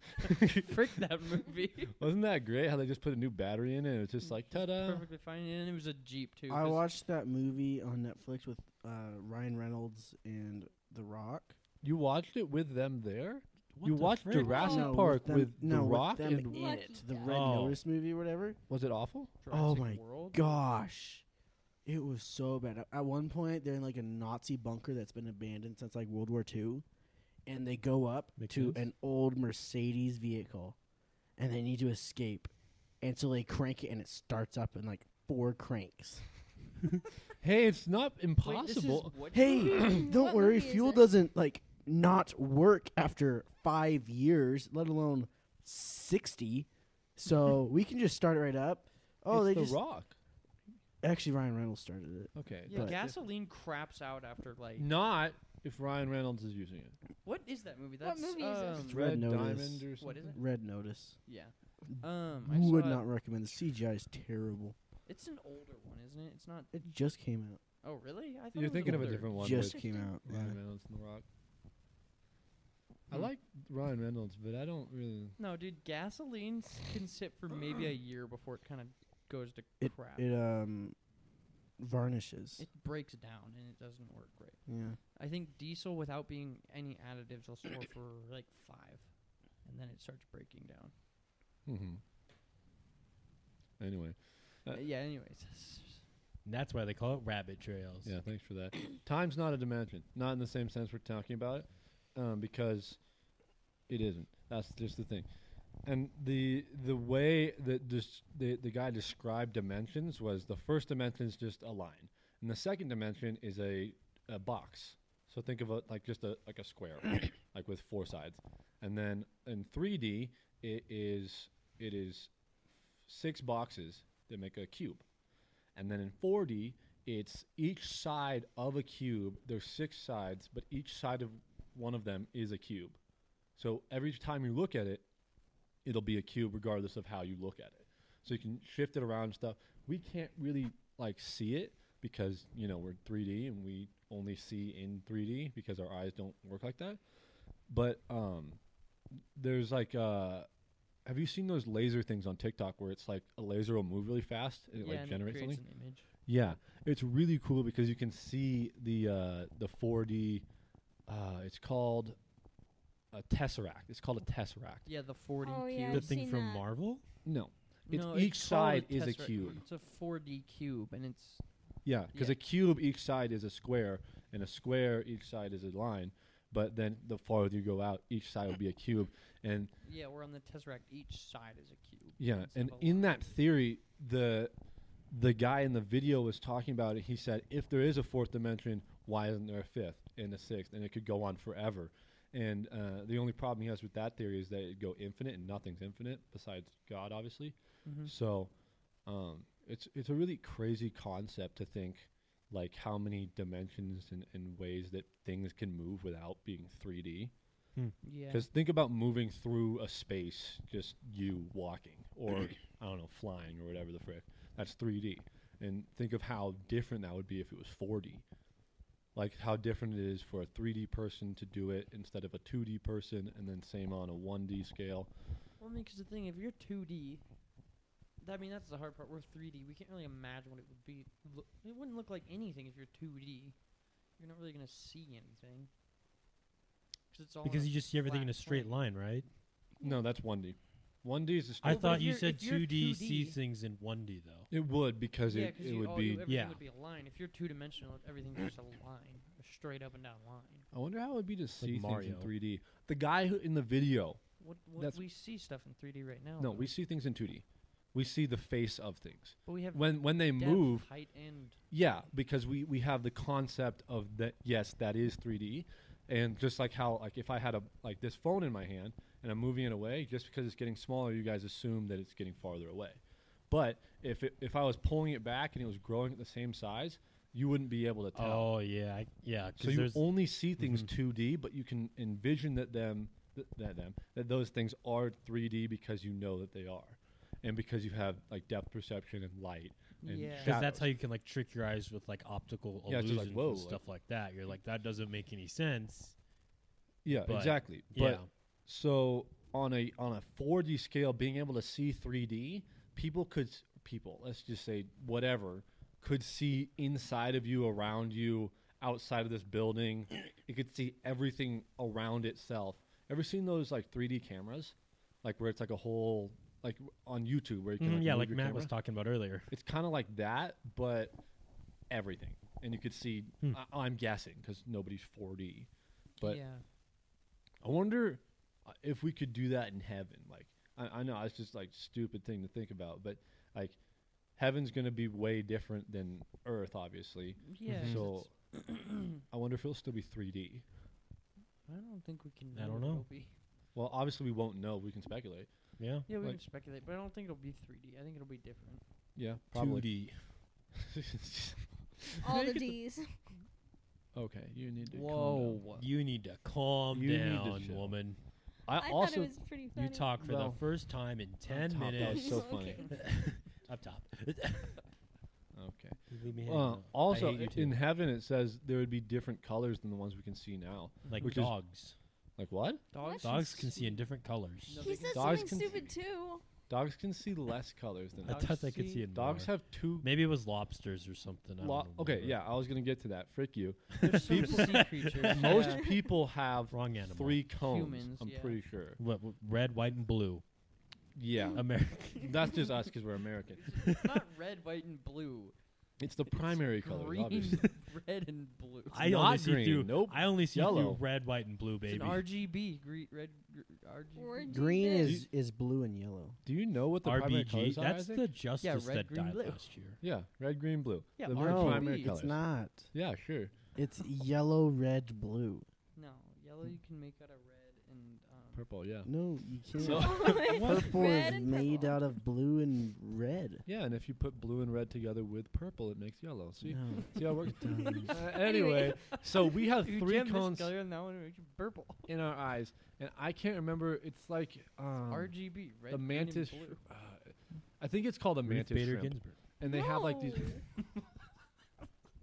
frick that movie.
Wasn't that great how they just put a new battery in it and it's just like ta-da.
Perfectly fine, and it was a jeep too.
I
'cause-
watched that movie on Netflix with uh, Ryan Reynolds and The Rock.
You watched it with them there?
What
you
the
watched
frick?
Jurassic
No,
Park
them-
with
no,
The Rock
them
and
in it, the Red
Oh.
Notice movie, or whatever.
was it awful?
Oh
Jurassic
my
World.
Gosh, it was so bad. At- At one point, they're in like a Nazi bunker that's been abandoned since like World War II, and they go up
Makes
to
sense.
an old Mercedes vehicle, and they need to escape, and so they crank it, and it starts up in like four cranks.
Hey, it's not
Wait, this is
impossible.
what-
Hey, don't
What
worry,
movie is
fuel
it?
doesn't like not work after five years, let alone sixty. So we can just start it right up. Oh,
it's
they
The
just
Rock.
actually Ryan Reynolds started it.
Okay.
Yeah,
But-
gasoline craps out after like
Not if Ryan Reynolds is using it.
what is that movie?
What
That's
movie is this?
um,
It's Red Notice.
Diamond or something.
What is it?
Red Notice.
Yeah. Um, I
Who would
saw it-
not recommend? The CGI is terrible.
It's an older one, isn't it? It's not.
It just came out.
Oh, really? I thought
You're thinking of a different one.
just
with
came out. Yeah.
Ryan Reynolds and The Rock. I
Hmm.
like Ryan Reynolds, but I don't really.
No, dude, gasoline s- can sit for maybe a year before it kind of goes to crap.
uh,
It um varnishes.
It breaks down and it doesn't work right.
yeah.
I think diesel without being any additives will store for like five, and then it starts breaking down.
Mm-hmm. Anyway, Uh,
Uh, yeah. Anyways.
And that's why they call it rabbit trails.
yeah, thanks for that. Time's not a dimension, not in the same sense we're talking about it, um, because it isn't. That's just the thing. And the the way that this, the the guy described dimensions was the first dimension is just a line, and the second dimension is a, a box. So think of it like just a like a square, like with four sides, and then in 3D it is it is six boxes that make a cube. And then in 4D, it's each side of a cube. There's six sides, but each side of one of them is a cube. So every time you look at it, it'll be a cube regardless of how you look at it. So you can shift it around and stuff. We can't really like see it because, you know, we're 3D and we only see in 3D because our eyes don't work like that. But um there's like uh have you seen those laser things on TikTok where it's like a laser will move really fast and it
yeah,
like
and
generates
it
something?
creates an image.
Yeah, it's really cool because you can see the uh, the 4D. Uh, it's called a tesseract. It's called a tesseract.
Yeah, the 40
Oh,
cube.
yeah,
The
I've
thing
seen
from
that.
Marvel?
No, it's
No,
each
it's called
side is a
tesseract.
cube.
It's a 4D cube, and it's
Yeah, because
Yeah.
a cube each side is a square, and a square each side is a line. But then the farther you go out, each side will be a cube, and
yeah, we're on the tesseract. Each side is a cube.
Yeah,
instead
and
of a
in
line.
that theory, the the guy in the video was talking about it. He said, if there is a fourth dimension, why isn't there a fifth and a sixth? And it could go on forever. And uh, the only problem he has with that theory is that it'd go infinite, and nothing's infinite besides God, obviously.
Mhm.
So um, it's it's a really crazy concept to think like how many dimensions and, and ways that things can move without being 3D.
Yeah.
Because think about moving through a space, just you walking, or I don't know, flying, or whatever the frick. That's 3D. And think of how different that would be if it was 4D. Like how different it is for a 3D person to do it instead of a 2D person, and then same on a 1D scale.
Well, I mean, because the thing, if you're 2D, that- I mean, that's the hard part. We're 3D. We can't really imagine what it would be. Look, it wouldn't look like anything if you're 2D. You're not really going to see anything. Cause it's all on
because
a
you just see everything in
Oh, flat
a straight line,
plane.
right?
No, that's 1D. 1D is a
I
Well, but
thought
if
you
you're-
said
if you're
2D sees
2D
things in 1D though.
It would because
Yeah,
it,
'cause
it
you,
would
all
be.
You, everything
Yeah.
would be a line. If you're two dimensional, everything's just a line, a straight up and down line.
I wonder how it would be to see
Mario.
things in 3D. The guy who in the video.
What, what
That's-
we see stuff in 3D right now.
No,
but
we see things in 2D. We see the face of things.
but we have
When when they
depth,
move,
height, and
Yeah, because we we have the concept of that. Yes, that is 3D, and just like how like if I had a like this phone in my hand and I'm moving it away, just because it's getting smaller, you guys assume that it's getting farther away. But if it, if I was pulling it back and it was growing at the same size, you wouldn't be able to tell.
Oh yeah, I, yeah. 'cause
so you
there's-
only see things
Mhm.
2D, but you can envision that them th- that them that those things are 3D because you know that they are, and because you have like depth perception and light. And
yeah.
shadow.
Because that's how you can like trick your eyes with like optical
Yeah, it's
illusions
just like, whoa,
and
like-
stuff like that. You're like that doesn't make any sense.
Yeah,
But-
exactly. But
yeah,
So on a on a 4D scale, being able to see 3D, people could s- people let's just say whatever could see inside of you, around you, outside of this building. it could see everything around itself. Ever seen those like 3D cameras, like where it's like a whole like on YouTube where you can
Mhm, yeah,
move
like
your
Matt was
camera?
talking about earlier.
It's kind of like that, but everything, and you could see.
Hmm.
I, I'm guessing because nobody's 4D, but
yeah.
I wonder uh, if we could do that in heaven. Like, I, I know it's just like stupid thing to think about, but like, heaven's gonna be way different than Earth, obviously.
Yeah. 'cause
So,
it's-
I wonder if it'll still be 3D.
I don't think we can. Know
I don't
what it'll
know.
be.
Well, obviously we won't know. We can speculate.
Yeah,
Yeah, we
Like-
can speculate, but I don't think it'll be 3D. I think it'll be different.
Yeah, probably.
2D.
All the D's.
okay, you need to. calm down.
You need to calm
You need to
down,
chill.
woman.
I,
I thought it
also
was pretty funny.
You talk for
Well,
the first time in ten
top, That was
minutes.
so
Okay.
funny.
Up top.
Okay.
You leave me hanging
Uh,
out. I
also,
hate you
i-
too.
in heaven, it says there would be different colors than the ones we can see now.
like
which is-
dogs.
Like what?
Dogs.
Dogs can see in different colors.
No,
He
they
says
can-
Dogs
something
can
stupid too.
Dogs can see less colors than us.
I
Dogs
thought they could
see-
see in
Dogs
more.
have two
Maybe it was lobsters or something. I don't
Lo- okay,
remember.
yeah, I was gonna get to that. Frick you.
There's some
People-
sea creatures.
Most
yeah.
people have
Wrong animal.
three cones.
Humans,
I'm
yeah.
pretty sure.
What, what- red, white, and blue.
Yeah, um,
American.
that's just us because we're American.
It's not red, white, and blue.
It's the
It's
primary color,
green,
obviously.
red, and blue.
I
not
only see
green.
through.
Nope.
I only see
Yellow.
through red, white, and blue,
It's
baby.
an RGB. Green, red, gr- RGB.
Orangey
Green
bit.
is is blue and yellow.
Do you know what the primary
RBG.
colors are?
That's
Isaac?
the justice
red,
that
green,
died
blue.
last year.
yeah, red, green, blue.
Yeah,
the
RGB.
primary
It's
colors.
It's not.
Yeah, sure.
It's yellow, red, blue.
No, yellow you can make out of red and um,
Purple. Yeah.
No, you can't.
So-
purple
Red
is
and
made
purple.
out of blue and red.
Yeah, and if you put blue and red together with purple, it makes yellow. See,
No.
see how it works.
doesn't.
Uh, anyway, so we have
Dude,
Uh, three
Jim, this
cones
color and that one makes you purple.
in our eyes, and I can't remember. It's like um,
RGB. Red,
the
green, and
mantis.
blue.
sh- Uh, I think it's called a
Ruth
mantis
Bader
shrimp.
Ginsburg.
and they have like these.
No.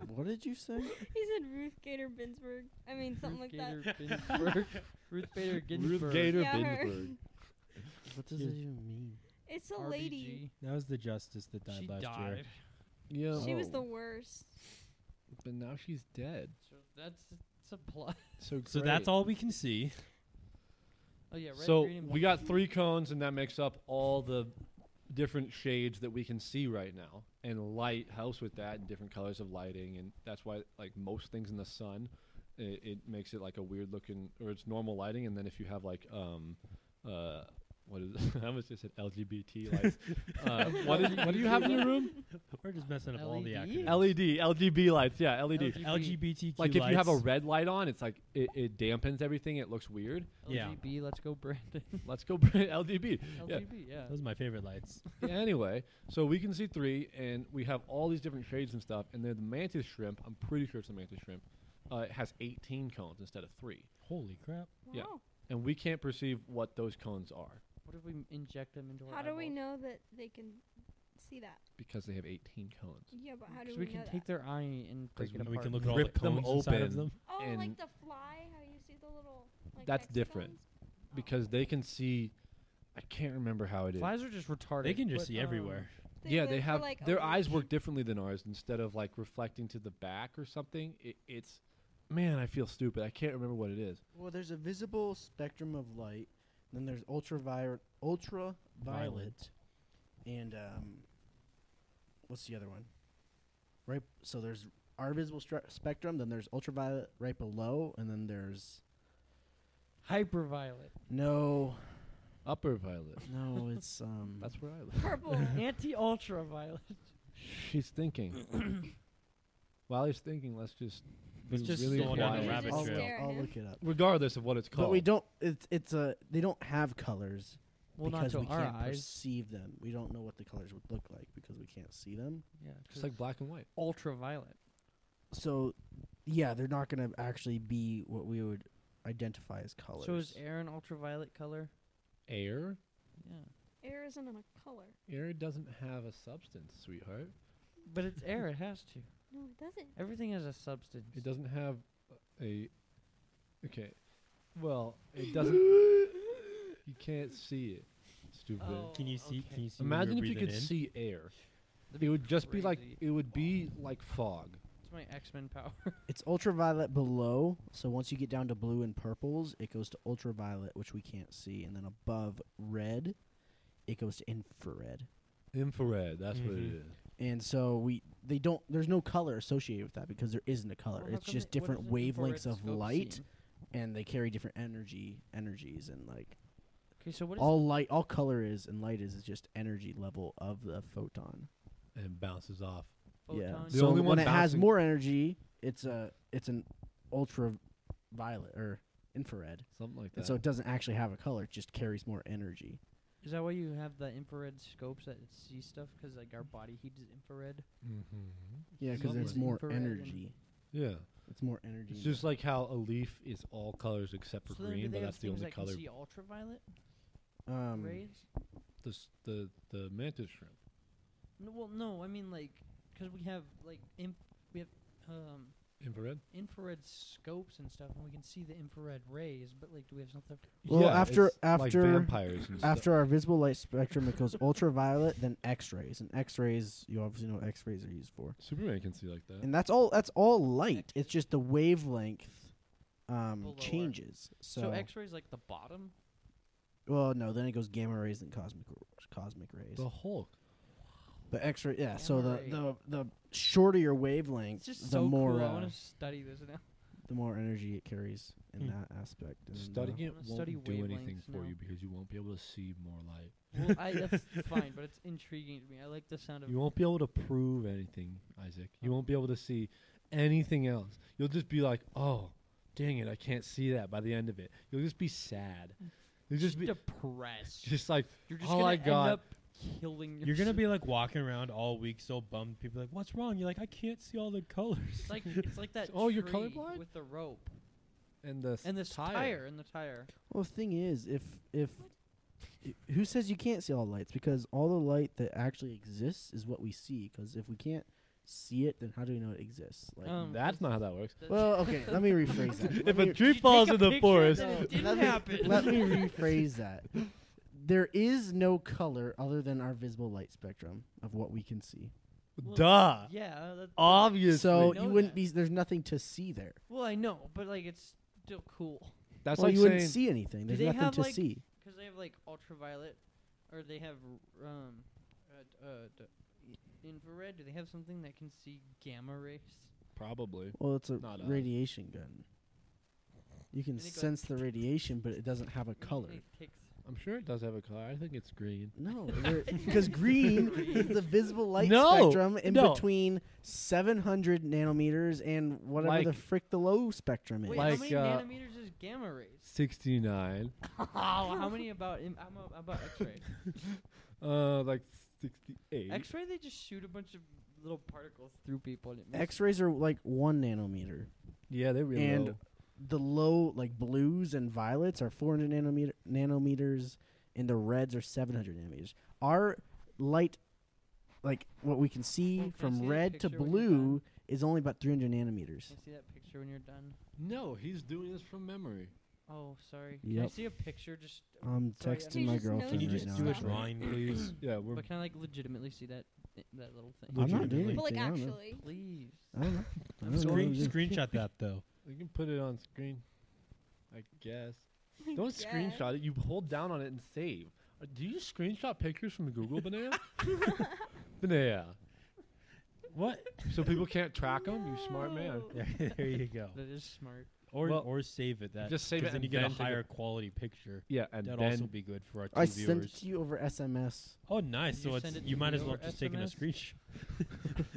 what did you say?
He said Ruth Gator Binsburg. I mean, something
Ruth
like that.
Gator Ginsburg. Ruth Bader Ginsburg.
Ruth Gator
Yeah, her.
Ginsburg.
What does
Yeah.
it even mean?
It's a lady.
That was the justice that died
She
last
died.
year.
Yeah,
She was
Oh.
the worst.
but now she's dead.
So that's it's a plot.
So
So that's all we can see.
Oh yeah. Red,
so
green, and
we
blue.
got three cones, and that makes up all the different shades that we can see right now. And light helps with that, and different colors of lighting, and that's why like most things in the sun, it, it makes it like a weird looking, or it's normal lighting. And then if you have like um, uh, what is I almost just said LGBT lights. uh, what, do you, what do you have in your room?
We're just messing up all the
LED?
acronyms.
LED, LGB lights. Yeah, LED.
LGB.
LGBTQ.
Like if you have a
lights.
red light on, it's like it, it dampens everything. It looks weird.
Yeah.
LGB, let's go, Brandon.
Let's go br- LGB. Yeah.
LGB, yeah.
Those are my favorite lights.
anyway, so we can see three, and we have all these different shades and stuff. And then the mantis shrimp. I'm pretty sure it's the mantis shrimp. Uh, it has 18 cones instead of three,
Holy crap!
Yeah.
Wow.
and we can't perceive what those cones are
What if we m- inject them into our
How do we
eyeballs?
know that they can see that?
because they have 18 cones.
Yeah, but how do
'Cause
we, know
we can
that?
take their eye and break
we,
it
we
apart.
can look at all the
Rip them
cones inside of
open.
them.
Oh,
and-
like the fly, how you see the little. Like Oh.
That's
hexagons?
different. because they can see. I can't remember how it is.
Flies are just retarded.
They can just
but,
see
um,
everywhere.
yeah,
live
they
for,
have
like, oh, a
their eyes
week.
work differently than ours. Instead of like reflecting to the back or something, it, it's man, I feel stupid. I can't remember what it is.
Well, there's a visible spectrum of light. Then there's ultraviolet, ultraviolet,
Violet.
and um, what's the other one? Right. So there's our visible stra- spectrum. Then there's ultraviolet right below, and then there's
Hyperviolet.
no,
Upper violet.
no. It's um.
That's where I live.
Purple.
Anti-ultraviolet.
She's thinking. While he's thinking, let's just be
Let's just
really
go on a
quiet.
rabbit
I'll,
trail.
look-
stare at
I'll
him.
look it up.
regardless of what it's called.
But we don't. It's it's a. They don't have colors
Well, not
because
to
we
our
can't
eyes.
perceive them. We don't know what the colors would look like because we can't see them.
Yeah,
just like black and white.
ultraviolet.
So, yeah, they're not going to actually be what we would identify as colors.
So is air an ultraviolet color?
Air,
Yeah,
Air isn't in a color.
air doesn't have a substance, sweetheart.
but it's air. It has to.
No, it doesn't.
Everything has a substance.
It doesn't have a. Okay, well, it doesn't. you can't see it. Stupid.
Oh.
Oh,
Can you see? Can you see? when
Imagine
you're
if you
breathing
could
in?
see air.
That'd
It would just be like
crazy.
it would be like fog.
It's my X-Men power.
It's ultraviolet below. So once you get down to blue and purples, it goes to ultraviolet, which we can't see. And then above red, it goes to infrared.
Infrared. That's what it
Mhm.
is.
And so we they don't there's no color associated with that because there isn't a color.
Well, how
it's
come
just
they- what
different
is it infrared
wavelengths of
scope
light
seeing?
and they carry different energy energies and like
Okay, so what is
all light all color is and light is is just energy level of the photon.
And it bounces off.
photon?
Yeah.
The
so
only one
when it has
bouncing-
more energy, it's a it's an ultraviolet or infrared,
Something like that.
and so it doesn't actually have a color. It just carries more energy.
Is that why you have the infrared scopes that see stuff? Because like our body heat is infrared.
mm-hmm.
Yeah, because
Something
there's
like
more
infrared and-
energy.
Yeah.
It's more energy.
It's just like how a leaf is all colors except for
so then do
green,
they
but
have
that's the
things
only
that can
color.
see ultraviolet
um,
rays.
The, s- the the mantis shrimp.
No, well, no, I mean like because we have like imp- we have um
Infrared.
infrared scopes and stuff, and we can see the infrared rays. But like, do we have something?
Well, after-
it's
after-
like vampires and stuff.
after our visible light spectrum, it goes ultraviolet, then X-rays, and X-rays. You obviously know what X-rays are used for,
Superman can see like that.
and that's all. That's all light. It's just the wavelength um,
Below our-
changes. So,
So, X-rays like the bottom.
well, no, then it goes gamma rays and cosmic cosmic rays.
The Hulk.
But X-ray, yeah. So the,
Gamma
the the shorter your wavelength,
It's just
the
so
more
cool. I
uh,
want to study this now.
the more energy it carries in
Hmm.
that aspect. And
Studying
uh,
it won't
Mm-hmm. wanna study
do anything
wavelengths
for
now.
you because you won't be able to see more light.
well, I, that's fine, but it's intriguing to me. I like the sound of.
You won't be able to prove anything, Isaac. You won't be able to see anything else. You'll just be like, oh, dang it, I can't see that by the end of it. You'll just be sad. You'll just be
depressed.
just like,
Mm. You're just
all
gonna
I got-
end up killing.
You're gonna
yourself.
be like walking around all week so bummed. People are like, "What's wrong?" You're like, "I can't see all the colors."
It's like it's like that.
Oh, you're
tree
colorblind?
with the rope
and the
and this
tire.
tire. and the tire.
well, the thing is, if if i- who says you can't see all lights? Because all the light that actually exists is what we see. Because if we can't see it, then how do we know it exists? Like,
Um,
That's not how that works.
the-
well, okay, let me rephrase that.
if
Let
a
me-
Did
tree
you
falls
take
in
a
the
picture
forest,
that
No,
it didn't
let me-
happen.
Let me rephrase that. There is no color other than our visible light spectrum of what we can see.
Well,
duh,
yeah. That,
obviously.
So
We
you
know
wouldn't
that.
be. There's nothing to see there.
well, I know, but like it's still cool
that's
well,
like
you
saying
wouldn't see anything. There's
they
nothing
have,
to
like-
see.
because they have like ultraviolet, or they have r- um, uh, d- uh, d- i- infrared. Do they have something that can see gamma rays?
probably.
Well, it's a
Not us.
radiation gun. You can
And it goes-
sense the radiation, but it doesn't have a
It
color.
ticks.
I'm sure it does have a color. I think it's green.
No, because green is the visible light
No,
spectrum in
no.
between 700 nanometers and whatever the
Like-
frick the low spectrum is.
Wait, how
Like,
many
uh,
nanometers is gamma rays?
69.
Oh, how many about im- how mo- about X-ray?
Uh, like 68.
X-ray, they just shoot a bunch of little particles through people. And it makes-
X-rays are like one nanometer,
yeah, they're really
and
low.
the low like blues and violets are 400 nanometer nanometers, and the reds are 700 nanometers. Our light, like what we can see
Well, can I
from
see that
red to
picture when you're done?
blue, is only about 300 nanometers.
Can I see that picture when you're done?
No, he's doing this from memory.
Oh, sorry. Can I
Yep.
see a picture? Just
I'm
Sorry,
texting
I'm-
my
He just knows
girlfriend
Can you
Right
just
right
do
now.
a
Stop.
drawing, please?
Yeah, we're
but can I like legitimately see that thi- that little thing?
I'm not doing
Legitimately.
anything.
But like
I don't know.
actually,
Please.
I don't know. I don't know what
Screen,
I'm doing.
screenshot that though.
You can put it on screen, I guess.
I
Don't
guess.
screenshot it. You hold down on it and save. Uh, Do you screenshot pictures from Google Banana? Banana.
What?
So people can't track them. You smart man.
No.
There, there you go.
That is smart.
Or
Well,
or save it that.
just save it
'cause
and
Then you get a
then take a-
higher quality picture.
Yeah, and
That'd
then
also be good for our two
I sent it
viewers.
to you over SMS.
Oh, nice.
You
so it's
send it
you
to
might
me
as well
over
have just taken a
SMS?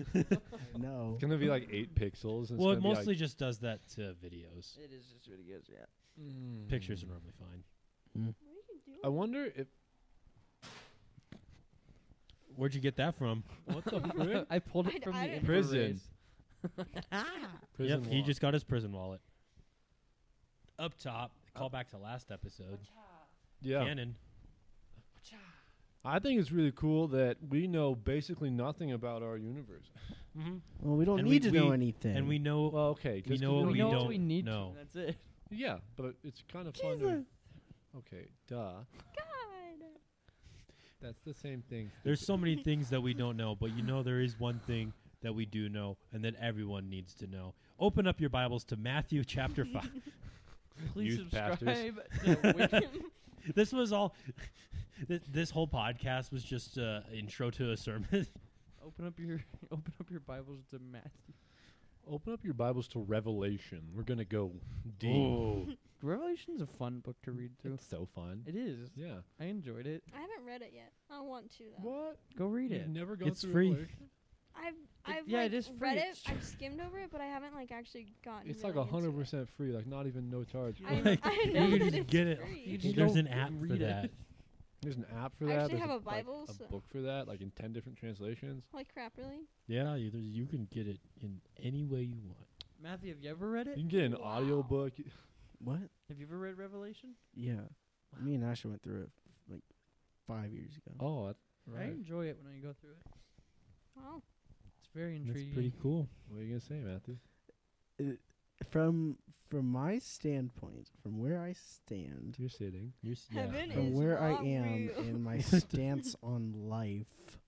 screenshot.
No.
it's gonna be like eight pixels. and it's
Well,
gonna
it
be like-
mostly just does that to videos.
It is just what it is. Yeah.
Mm.
Pictures are normally fine.
What are you doing?
I wonder if
Where'd you get that from?
what the frick?
I pulled
I
it
d-
from
I
the
don't-
Prison.
infrareds.
Prison
yep, he
law.
just got his prison wallet. Up top, call back to last episode.
yeah.
Canon.
I think it's really cool that we know basically nothing about our universe.
Mm-hmm.
Well, we don't
And we-
need to know
we-
anything.
And we know
Well, okay,
We
just
know what
we
we
know what
don't
we need. to,
know.
and That's it.
Yeah, but it's kind of fun. To, okay, duh.
God.
That's the same thing.
There's so many things that we don't know, but you know there is one thing that we do know and that everyone needs to know. Open up your Bibles to Matthew chapter 5.
Please
Youth pastors.
subscribe. to Wicked-
this was all this, this whole podcast was just uh intro to a sermon.
open up your open up your Bibles to Matthew.
Open up your Bibles to Revelation. We're gonna go deep.
Revelation's a fun book to read through.
It's so fun.
It is.
Yeah.
I enjoyed it.
I haven't read it yet. I want to though.
What?
Go read
You've
it.
never gone
It's
through
free.
Revelation?
I've
It-
I've
yeah, it
like
is free.
read it.
It's-
I've skimmed over it, but I haven't like actually gotten.
It's
really
like hundred
into it.
percent free. Like not even no charge.
I, kn-
Like,
I know
you can
that
just
it's
get it.
free.
You just
There's
go
an app for
read it.
that.
There's an app for
I
that.
actually
There's
have a
like,
Bible, so-
a book for that, like in ten different translations.
Holy crap! Really?
Yeah, you, there's- you can get it in any way you want.
Matthew, have you ever read
You
it?
can get an
Wow.
audio book.
What?
Have you ever read Revelation?
Yeah. Me and Asha went through it like five years ago.
Oh, that's
I
right.
enjoy it when I go through it.
Wow.
It's very
That's
intriguing.
pretty cool.
What are you gonna say, Matthew?
From from my standpoint, from where I stand,
You're sitting.
You're, s- yeah.
Heaven
from
is
where I
not
am
real.
and my stance on life,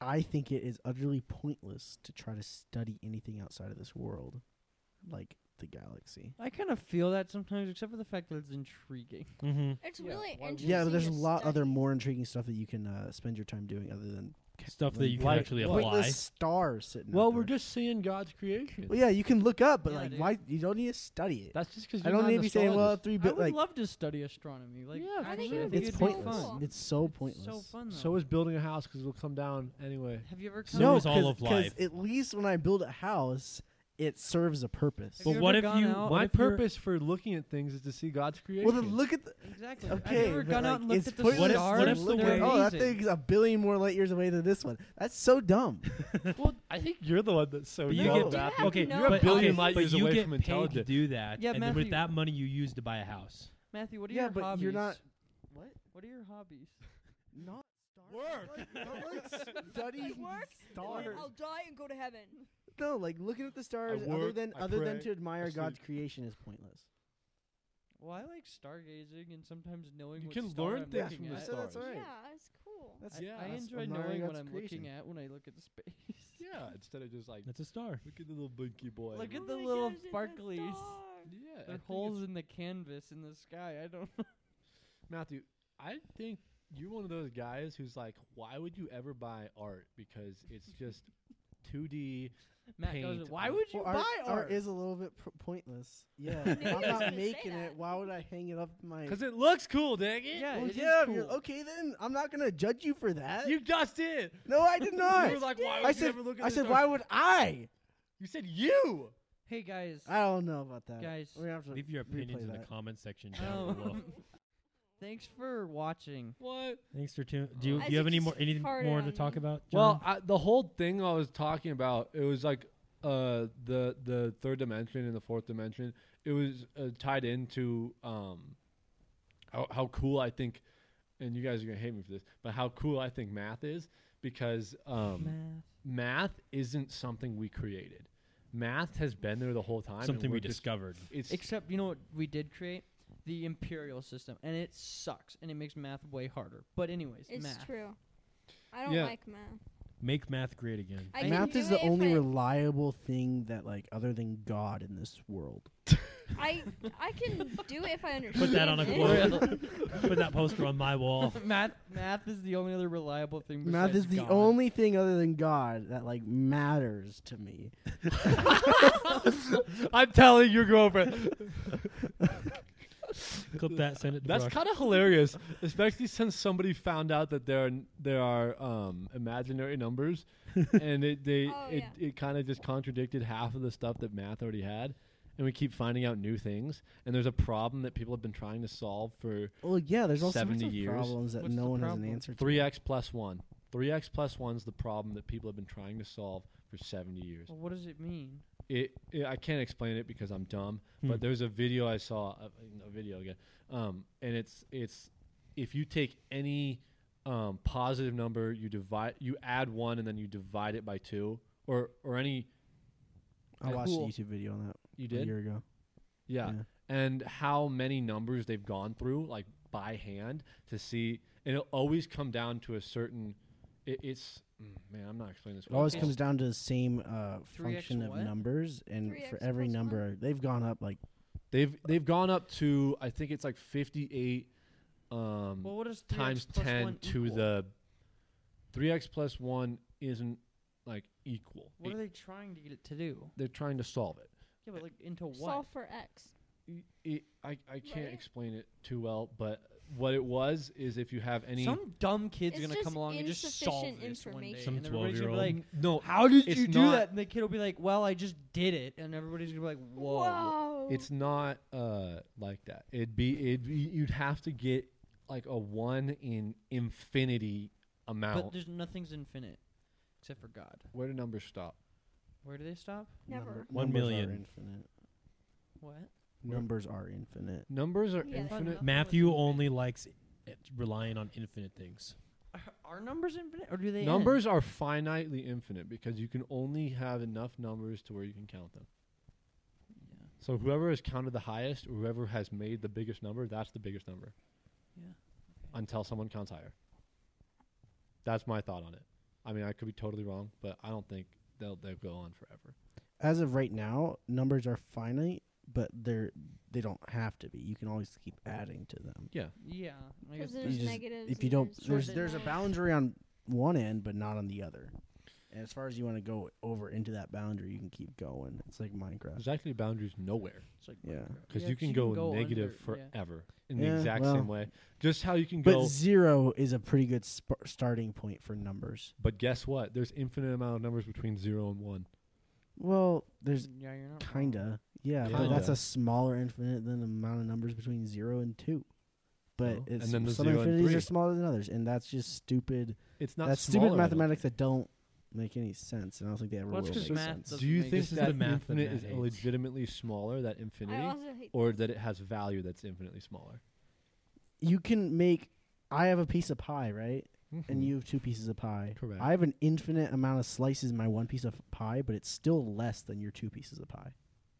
I think it is utterly pointless to try to study anything outside of this world, like the galaxy.
I kind of feel that sometimes, except for the fact that it's intriguing.
Mm-hmm.
It's
Yeah,
really
why would
interesting.
you
Yeah, but there's a
to
lot other
study.
more intriguing stuff that you can uh, spend your time doing other than
Stuff that you can
Like
actually
what?
apply.
pointless stars sitting.
Well,
out
we're
there.
just seeing God's creation.
Well, yeah, you can look up, but
Yeah,
like,
dude.
why you don't need to study it?
That's just because
I don't need to be saying, well, three,
I
but
would
like,
love to study astronomy. Like,
Yeah,
I
I
for think
think
sure. it would be
it's
It'd
pointless.
fun.
It's so pointless.
So fun. Though.
So is building a house because it'll come down anyway.
have you ever come?
no,
is all
'cause-
of life.
'cause at least when I build a house, it serves a purpose.
Have
But
you
what
ever
if
gone
you- what
out-
My
Oh, if you're-
purpose for looking at things is to see God's creation.
well, then look at the.
Exactly.
Okay,
I've never
but,
gone
like,
out and looked
it's
at the
pointless
What if-
stars.
what if the
Look
They're
at- oh, that
amazing.
thing's a billion more light years away than this one. That's so dumb.
well, I think you're the one that's so
But
dumb,
you
Do
get
you
Matthew.
have
okay,
to know-
you're a
but,
billion
okay,
light
but
years
you
away
get
from
paid to
intelligent.
do that,
Yeah,
and then with
Matthew-
that money you use to buy a house.
Matthew, what are
Yeah,
your
but
hobbies?
you're not- What?
What are your hobbies?
Not stars.
Work.
Like, not like study
Work
stars.
And then I'll die and go to heaven.
No, like looking at the stars. other
work,
than
I
other than
pray,
to admire
sleep.
God's creation is pointless.
Well, I like stargazing and sometimes knowing
You
what
can
star
learn
I'm
things
looking
from the
at.
So that's
stars.
all right.
Yeah, it's cool.
That's
I,
Yeah,
I
that's
enjoy
admiring
knowing what
God's
I'm
creation.
looking at when I look at space.
Yeah, instead of just like
That's a star.
look at the little binky boy.
Look
Oh
at the
my
little
gosh, it's a
sparklies.
star.
yeah, I
There are
think
holes
it's-
in the canvas in the sky. I don't.
Matthew, I think you're one of those guys who's like, why would you ever buy art? Because it's just 2D.
Matt goes,
Paint.
why would you
Well, art,
buy art?
is a little bit pr- pointless. Yeah,
Yeah,
if
I
I'm
was gonna
not
say
making
that.
it. Why would I hang it up in my?
Because it looks cool, dang it.
yeah,
Well,
it is
yeah,
cool.
you're- okay then. I'm not gonna judge you for that.
You just did.
no, I did not.
You were like, why would
I
you
said,
ever look at
I
this
said,
art?
why would I?
You said you.
Hey guys,
I don't know about that,
Guys,
We're gonna have to
Leave your opinions
replay
in the
that.
comment section
Oh.
down
Oh.
below.
um, thanks for watching.
What?
Thanks for tuning. Do you,
I
do you have
said
any
just
more anything
farted
more
on
to
me.
talk about?
Well,
John?
I, the whole thing I was talking about, it was like uh, the the third dimension and the fourth dimension. It was uh, tied into um, how, how cool I think, and you guys are gonna hate me for this, but how cool I think math is because um, math.
Math.
isn't something we created. Math has been there the whole time. and
something
we're
we
just-
discovered.
It's
Except you know what we did create the imperial system, and it sucks, and it makes math way harder. But anyways,
It's
math.
true. I don't
Yeah.
like math.
Make math great again.
I can
Math
do
is
it
the
if
only
I,
reliable thing that, like, other than God in this world.
I I can do it if I understand.
Put that on a
it.
quote. Put that poster on my wall.
math, math is the only other reliable thing.
Math
besides
is the
God.
only thing other than God that, like, matters to me.
I'm telling your girlfriend.
Clip that. Send it. To
That's
Brock.
kind of hilarious, especially since somebody found out that there are, there are um, imaginary numbers, and it they
Oh,
it, it kind of just contradicted half of the stuff that math already had, and we keep finding out new things. And there's a problem that people have been trying to solve for
Well, yeah, there's all sorts
70
of
years.
problems that
What's
no
the
one has
problem?
an answer to.
three x plus one. Three x plus one's the problem that people have been trying to solve for 70 years.
Well, what does it mean?
It, it I can't explain it because I'm dumb,
Hmm.
but there's a video I saw a, a video again, um, and it's it's if you take any um, positive number, you divide, you add one, and then you divide it by two, or or any
I watched
Cool.
a YouTube video on that
you
a
did,
year ago.
yeah.
yeah.
and how many numbers they've gone through like by hand to see, and it'll always come down to a certain. It, it's mm, man, I'm not explaining this.
It always
well.
comes down to the same uh,
3x
function of
what?
numbers, and
3x
for every
plus one?
number, they've gone up like
They've they've gone up to I think it's like 58. Um,
Well, what does 3x
times
plus
10
one
to
equal?
the 3x plus 1 isn't like equal.
What
It-
are they trying to get it to do?
they're trying to solve it.
Yeah, but like into what?
Solve for X.
I- I, I, can't
Right?
explain it too well, but what it was is if you have any.
Some dumb kid's
It's
gonna come
just
along and just solve
insufficient
this one day,
information.
Some
and everybody's gonna be
12-year-old.
like,
N- no,
"How did
It's
you do
not-
that?" And the kid will be like, "Well, I just did it," and everybody's gonna be like, "Whoa!"
it's not uh, like that. It'd be, it'd be. You'd have to get like a 1 in infinity
But
amount.
there's nothing's infinite, except for God.
Where do numbers stop?
Where do they stop?
Never.
One
numbers
million.
Are infinite.
What?
Numbers are infinite.
Numbers are
Yeah, they're
infinite.
not.
Matthew
Infinite.
only likes it, relying on infinite things.
Are, are numbers infinite, or do they end?
Numbers are finitely infinite because you can only have enough numbers to where you can count them.
Yeah.
So whoever has counted the highest, or whoever has made the biggest number, that's the biggest number
Yeah.
until someone counts higher. That's my thought on it. I mean, I could be totally wrong, but I don't think they'll they'll go on forever.
As of right now, numbers are finite, but they're they don't have to be. You can always keep adding to them.
Yeah. I guess
Because
You
there's
just-
negatives.
if you
and
don't,
there's
there's
pluses.
there's a boundary on one end, but not on the other. And as far as you want to go over into that boundary, you can keep going. It's like Minecraft.
There's actually boundaries nowhere
it's like
Yeah.
because
Yeah,
you can go, negative
under- yeah.
forever in the
Yeah,
exact
well.
same way. Just how you can
But
go.
zero is a pretty good sp- starting point for numbers.
but guess what? There's infinite amount of numbers between zero and one.
Well, there's
Yeah, you're not. wrong.
kinda, yeah, but
Kinda.
that's a smaller infinite than the amount of numbers between zero and two. But
Well,
it's
and then the
some
zero and
infinities
three.
are smaller than others, and that's just stupid.
It's not
that's
smaller
stupid
than-
mathematics that don't make any sense, and I don't think they ever
Well, it's
will
just
make
math
sense.
Do
doesn't
you
make
think
sense.
This is the
that
math that
infinite
Matt
is
hates.
legitimately smaller? That infinity,
I also hate
or
this.
that it has value that's infinitely smaller?
you can make. I have a piece of pie, right? And
Mhm.
you have two pieces of pie.
Correct.
I have an infinite amount of slices in my one piece of pie, but it's still less than your two pieces of pie.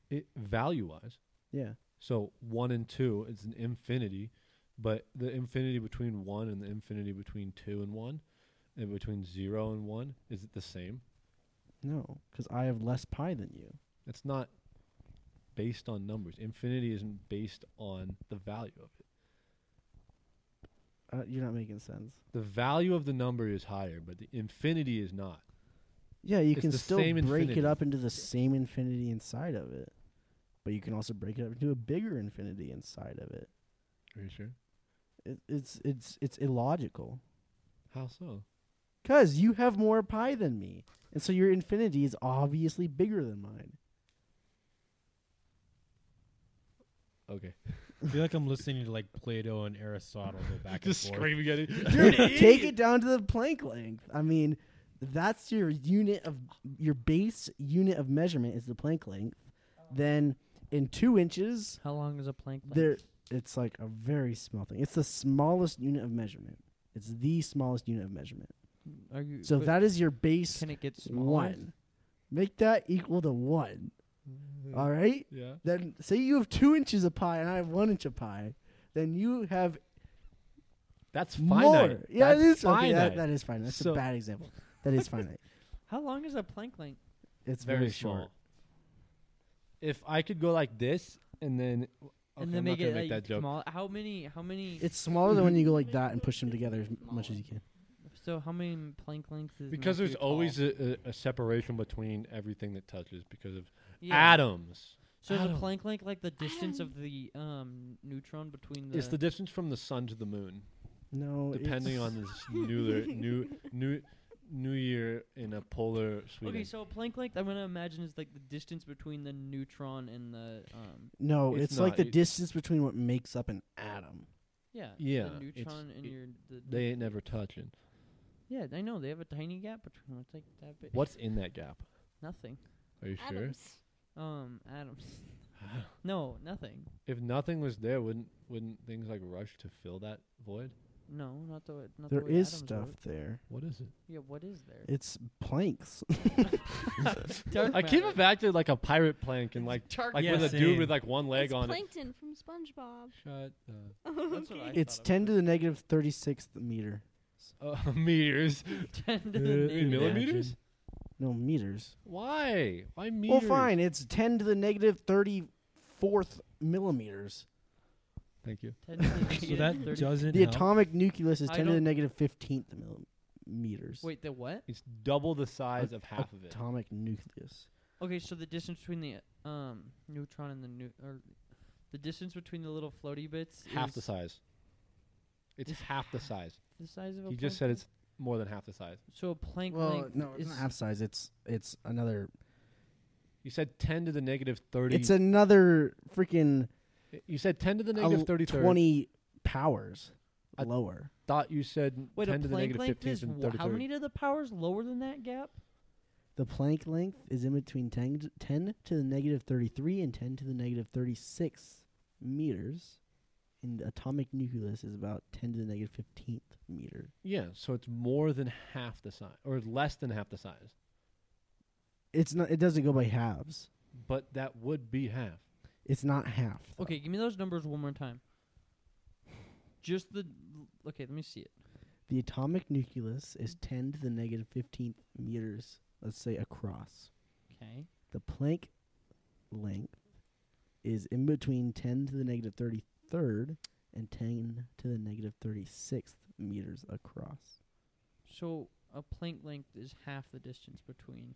it value wise.
Yeah.
So one and two, it's an infinity, but the infinity between one and the infinity between two and one, and between zero and one, is it the same?
No, because I have less pie than you.
It's not based on numbers. Infinity isn't based on the value of it.
Uh, you're not making sense.
The value of the number is higher, but the infinity is not.
Yeah, you
It's
can
the
still break
same
it
infinity.
up into the same infinity inside of it, but you can also break it up into a bigger infinity inside of it.
Are you sure?
it it's it's it's illogical
How so?
because you have more pi than me, and so your infinity is obviously bigger than mine.
Okay.
I feel like I'm listening to like Plato and Aristotle go back
Just
and forth.
screaming at it.
Take it down to the Planck length. I mean, that's your unit of your base unit of measurement is the Planck length. Then in two inches,
How long is a plank? length?
there it's like a very small thing. It's the smallest unit of measurement. It's the smallest unit of measurement.
Are you,
So
but
that is your base
can it get smaller?
one. Make that equal to one. All right.
Yeah.
Then say you have two inches of pie and I have one inch of pie. Then you have
That's
more. Yeah, it is okay, that- that is fine. That's
So-
a bad example. That is finite.
How long is a plank length?
It's
very,
very,
small.
short.
If I could go like this and then
and
Okay,
then
I'm
make
not
it
gonna make
like,
that joke.
small. How many? How many?
It's smaller than when you go like that and push them together as much as you can.
so how many plank lengths is
because
Mercury
there's
tall?
always a, a, a separation between everything that touches because of
Yeah.
atoms.
So is a
Atom.
plank length like the distance of the um neutron between the?
It's the distance from the sun to the moon,
No,
depending
Oh, it's-
on this new new new new year in a polar Sweden.
okay, so a plank length I'm gonna imagine is like the distance between the neutron and the um
No,
it's
it's, like
not.
the
It-
distance between what makes up an atom.
yeah
Yeah,
the
it's-
neutron and
it-
your the
they ain't never touching.
yeah I know they have a tiny gap between them. It's like that bit.
What's in that gap?
Nothing.
Are you sure?
Adams.
Um, atoms. no, nothing.
If nothing was there, wouldn't wouldn't things like rush to fill that void?
No, not the way. Not
There
the way
is
atoms
stuff
work.
there.
What is it?
Yeah, what is there?
It's planks.
Dark
I keep
matter.
imagining like a pirate plank and like
Dark
like
Yeah,
with a
same.
dude with like one leg
it's
on
plankton from SpongeBob.
it. Shut the
That's what I
it's
thought it
ten to
was.
the negative thirty sixth meter.
Uh, meters.
ten to the
Uh,
negative-
millimeters?
No meters.
Why? Why meters?
Well, fine. It's ten to the negative thirty fourth millimeters.
Thank you.
ten to the
So
negative
that
30
doesn't
The
help.
atomic nucleus is
I
10 to the
don't-
negative 15th millimeters.
Wait, the what?
It's double the size of half of it.
Atomic nucleus.
Okay, so the distance between the uh, um neutron and the new or the distance between the little floaty bits
Half
is
the size. It's
Is
half the size.
The size of a
He just said
plank
it's more than half the size.
length? so a plank
Well,
length
no, it's
is
not half size. It's it's another.
You said 10 to the negative 30.
It's another freaking
you said 10 to the
al-
negative 30
twenty powers
A-
lower.
thought you said
wait
10
a
to the
plank
negative
length
15
is
and
wha-
30.
how many to the powers lower than that gap?
The Planck length is in between 10, to- 10 to the negative thirty three and ten to the negative thirty six meters, and the atomic nucleus is about ten to the negative fifteenth meter.
Yeah, so it's more than half the size or less than half the size.
It's not. It doesn't go by halves.
But that would be half.
It's not half. though.
Okay, give me those numbers one more time. Just the l- okay, let me see it.
The atomic nucleus is 10 to the negative 15th meters, let's say across.
Okay,
The Planck length is in between 10 to the negative 33rd and 10 to the negative 36th meters across.
so a plank length is half the distance between.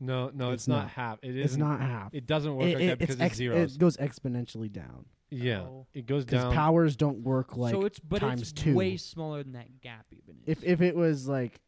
No, no, it's,
It's
not,
not.
half. It
It's
isn't-
not half.
It doesn't work
It-
like
it-
that because it's,
ex-
zeros.
It goes exponentially down
yeah,
Oh.
it goes
because
down.
powers don't work like
so it's but
times
it's
two.
way smaller than that gap even.
if
is.
if it was like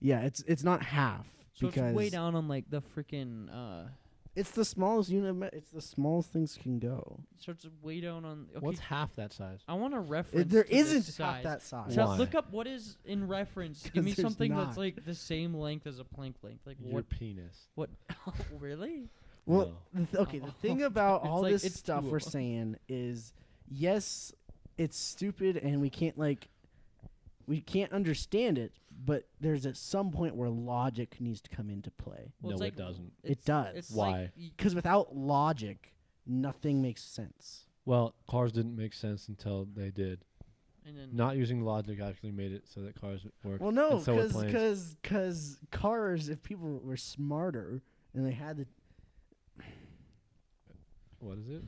yeah, it's it's not half
so
because
it's way down on like the freaking uh.
it's the smallest unit. of me- It's the smallest things can go.
So it's way down on. Okay,
What's half that size?
I want a reference.
It, there
to this
isn't half
size.
that size.
Chuck,
Why?
look up what is in reference. Give
'Cause
me
there's
something that's
not.
like the same length as a plank length. Like
Your
what?
penis.
What? really?
Well, the th- okay. The thing about
It's
all
like
this
it's
stuff
two
we're
of 'em.
saying is, yes, it's stupid, and we can't like, we can't understand it. But there's at some point where logic needs to come into play.
no,
Well, it's like-
it doesn't.
It
It's-
does.
It's
Why?
Like, y-
Because without logic, nothing makes sense.
Well, cars didn't make sense until they did.
and then
Not using logic actually made it so that cars work.
Well, no,
and so with
because
planes.
because cars, if people were smarter and they had the
what is it?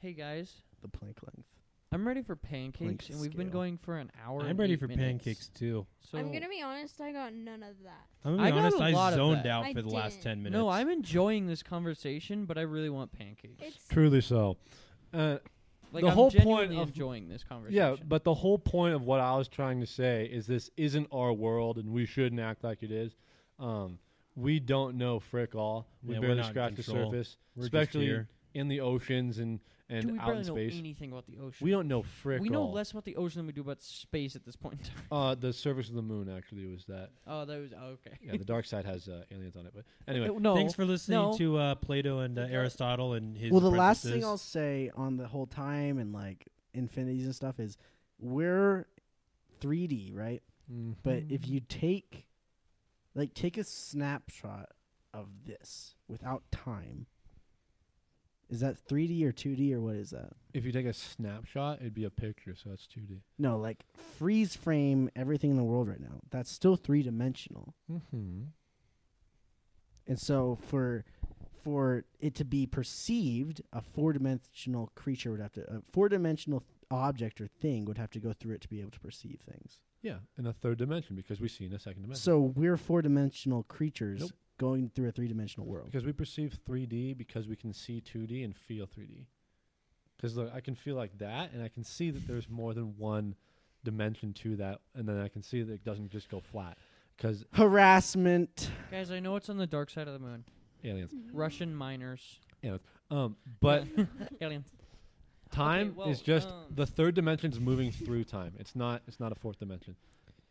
Hey guys,
the plank length,
I'm ready for pancakes, and we've been
scale.
going for an hour.
I'm
and
ready
eight
for
minutes.
pancakes too.
So
I'm gonna be honest. I got none of that.
I'm gonna be
I got
honest.
a
I
lot of
zoned
that.
out
I
for the last
didn't.
ten minutes.
no, I'm enjoying this conversation, but I really want pancakes.
It's
Truly so. Uh,
like
the
I'm
whole point
genuinely
of-
enjoying this conversation.
yeah, but the whole point of what I was trying to say is this isn't our world, and we shouldn't act like it is. Um, we don't know frick all. We
Yeah, we're
barely
not in
scratch the
control.
surface,
We're just
especially
here.
in the oceans and and
Dude, we
out
barely
in space.
know anything about the ocean.
we don't know frick
We know
all.
less about the ocean than we do about space at this point in time.
Uh, the surface of the moon actually was that.
Oh, that was oh, okay.
Yeah, the dark side has uh, aliens on it, but anyway.
no,
Thanks for listening
no.
to uh, Plato and uh, Aristotle and his.
well, the last thing
apprentices.
I'll say on the whole time and like infinities and stuff is we're 3D, right?
Mm.
But if you take, like, take a snapshot of this without time, is that 3D or 2D or what is that?
If you take a snapshot, it'd be a picture, so that's 2D.
No, like freeze frame everything in the world right now. That's still three dimensional.
Mm-hmm.
And so for for it to be perceived, a four dimensional creature would have to a four dimensional object or thing would have to go through it to be able to perceive things.
Yeah, in a third dimension because we see in a second dimension.
So we're four dimensional creatures
Nope.
going through a three dimensional world.
because we perceive 3D because we can see 2D and feel 3D. Because look, I can feel like that, and I can see that there's more than one dimension to that, and then I can see that it doesn't just go flat because
Harassment.
guys, I know it's on the dark side of the moon.
aliens.
Russian miners,
Um, but
aliens.
time
well,
is just
um,
the third dimension's moving through time. It's not. It's not a fourth dimension.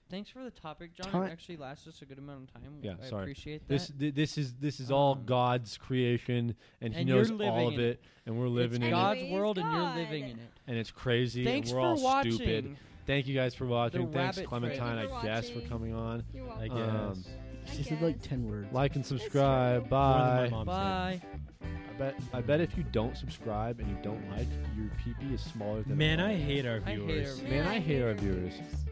Thanks for the topic, John.
Ti-
It actually lasts us a good amount of time.
Yeah,
I
sorry.
appreciate that.
This th- this is this is all
Um,
God's creation, and He
and you're
knows
living
all of
in it.
it, and we're living
it's
God-
in it,
God's
Anyways,
world, and
God.
you're living in it.
and it's crazy,
Thanks
and we're
for
all
watching.
stupid. Thank you guys for watching. Thanks,
rabbit
Clementine,
Thank you
I
for
guess, for
watching.
coming on.
You're
I
welcome.
guess.
Um,
I
She said
guess.
like ten words.
Like and
true.
subscribe.
More
Bye.
than my mom said.
Bye.
I bet. I bet if you don't subscribe and you don't like, your pee pee is smaller than.
Man,
mine.
I hate our
I hate
viewers.
our-
Man, I hate our
our
viewers.
viewers.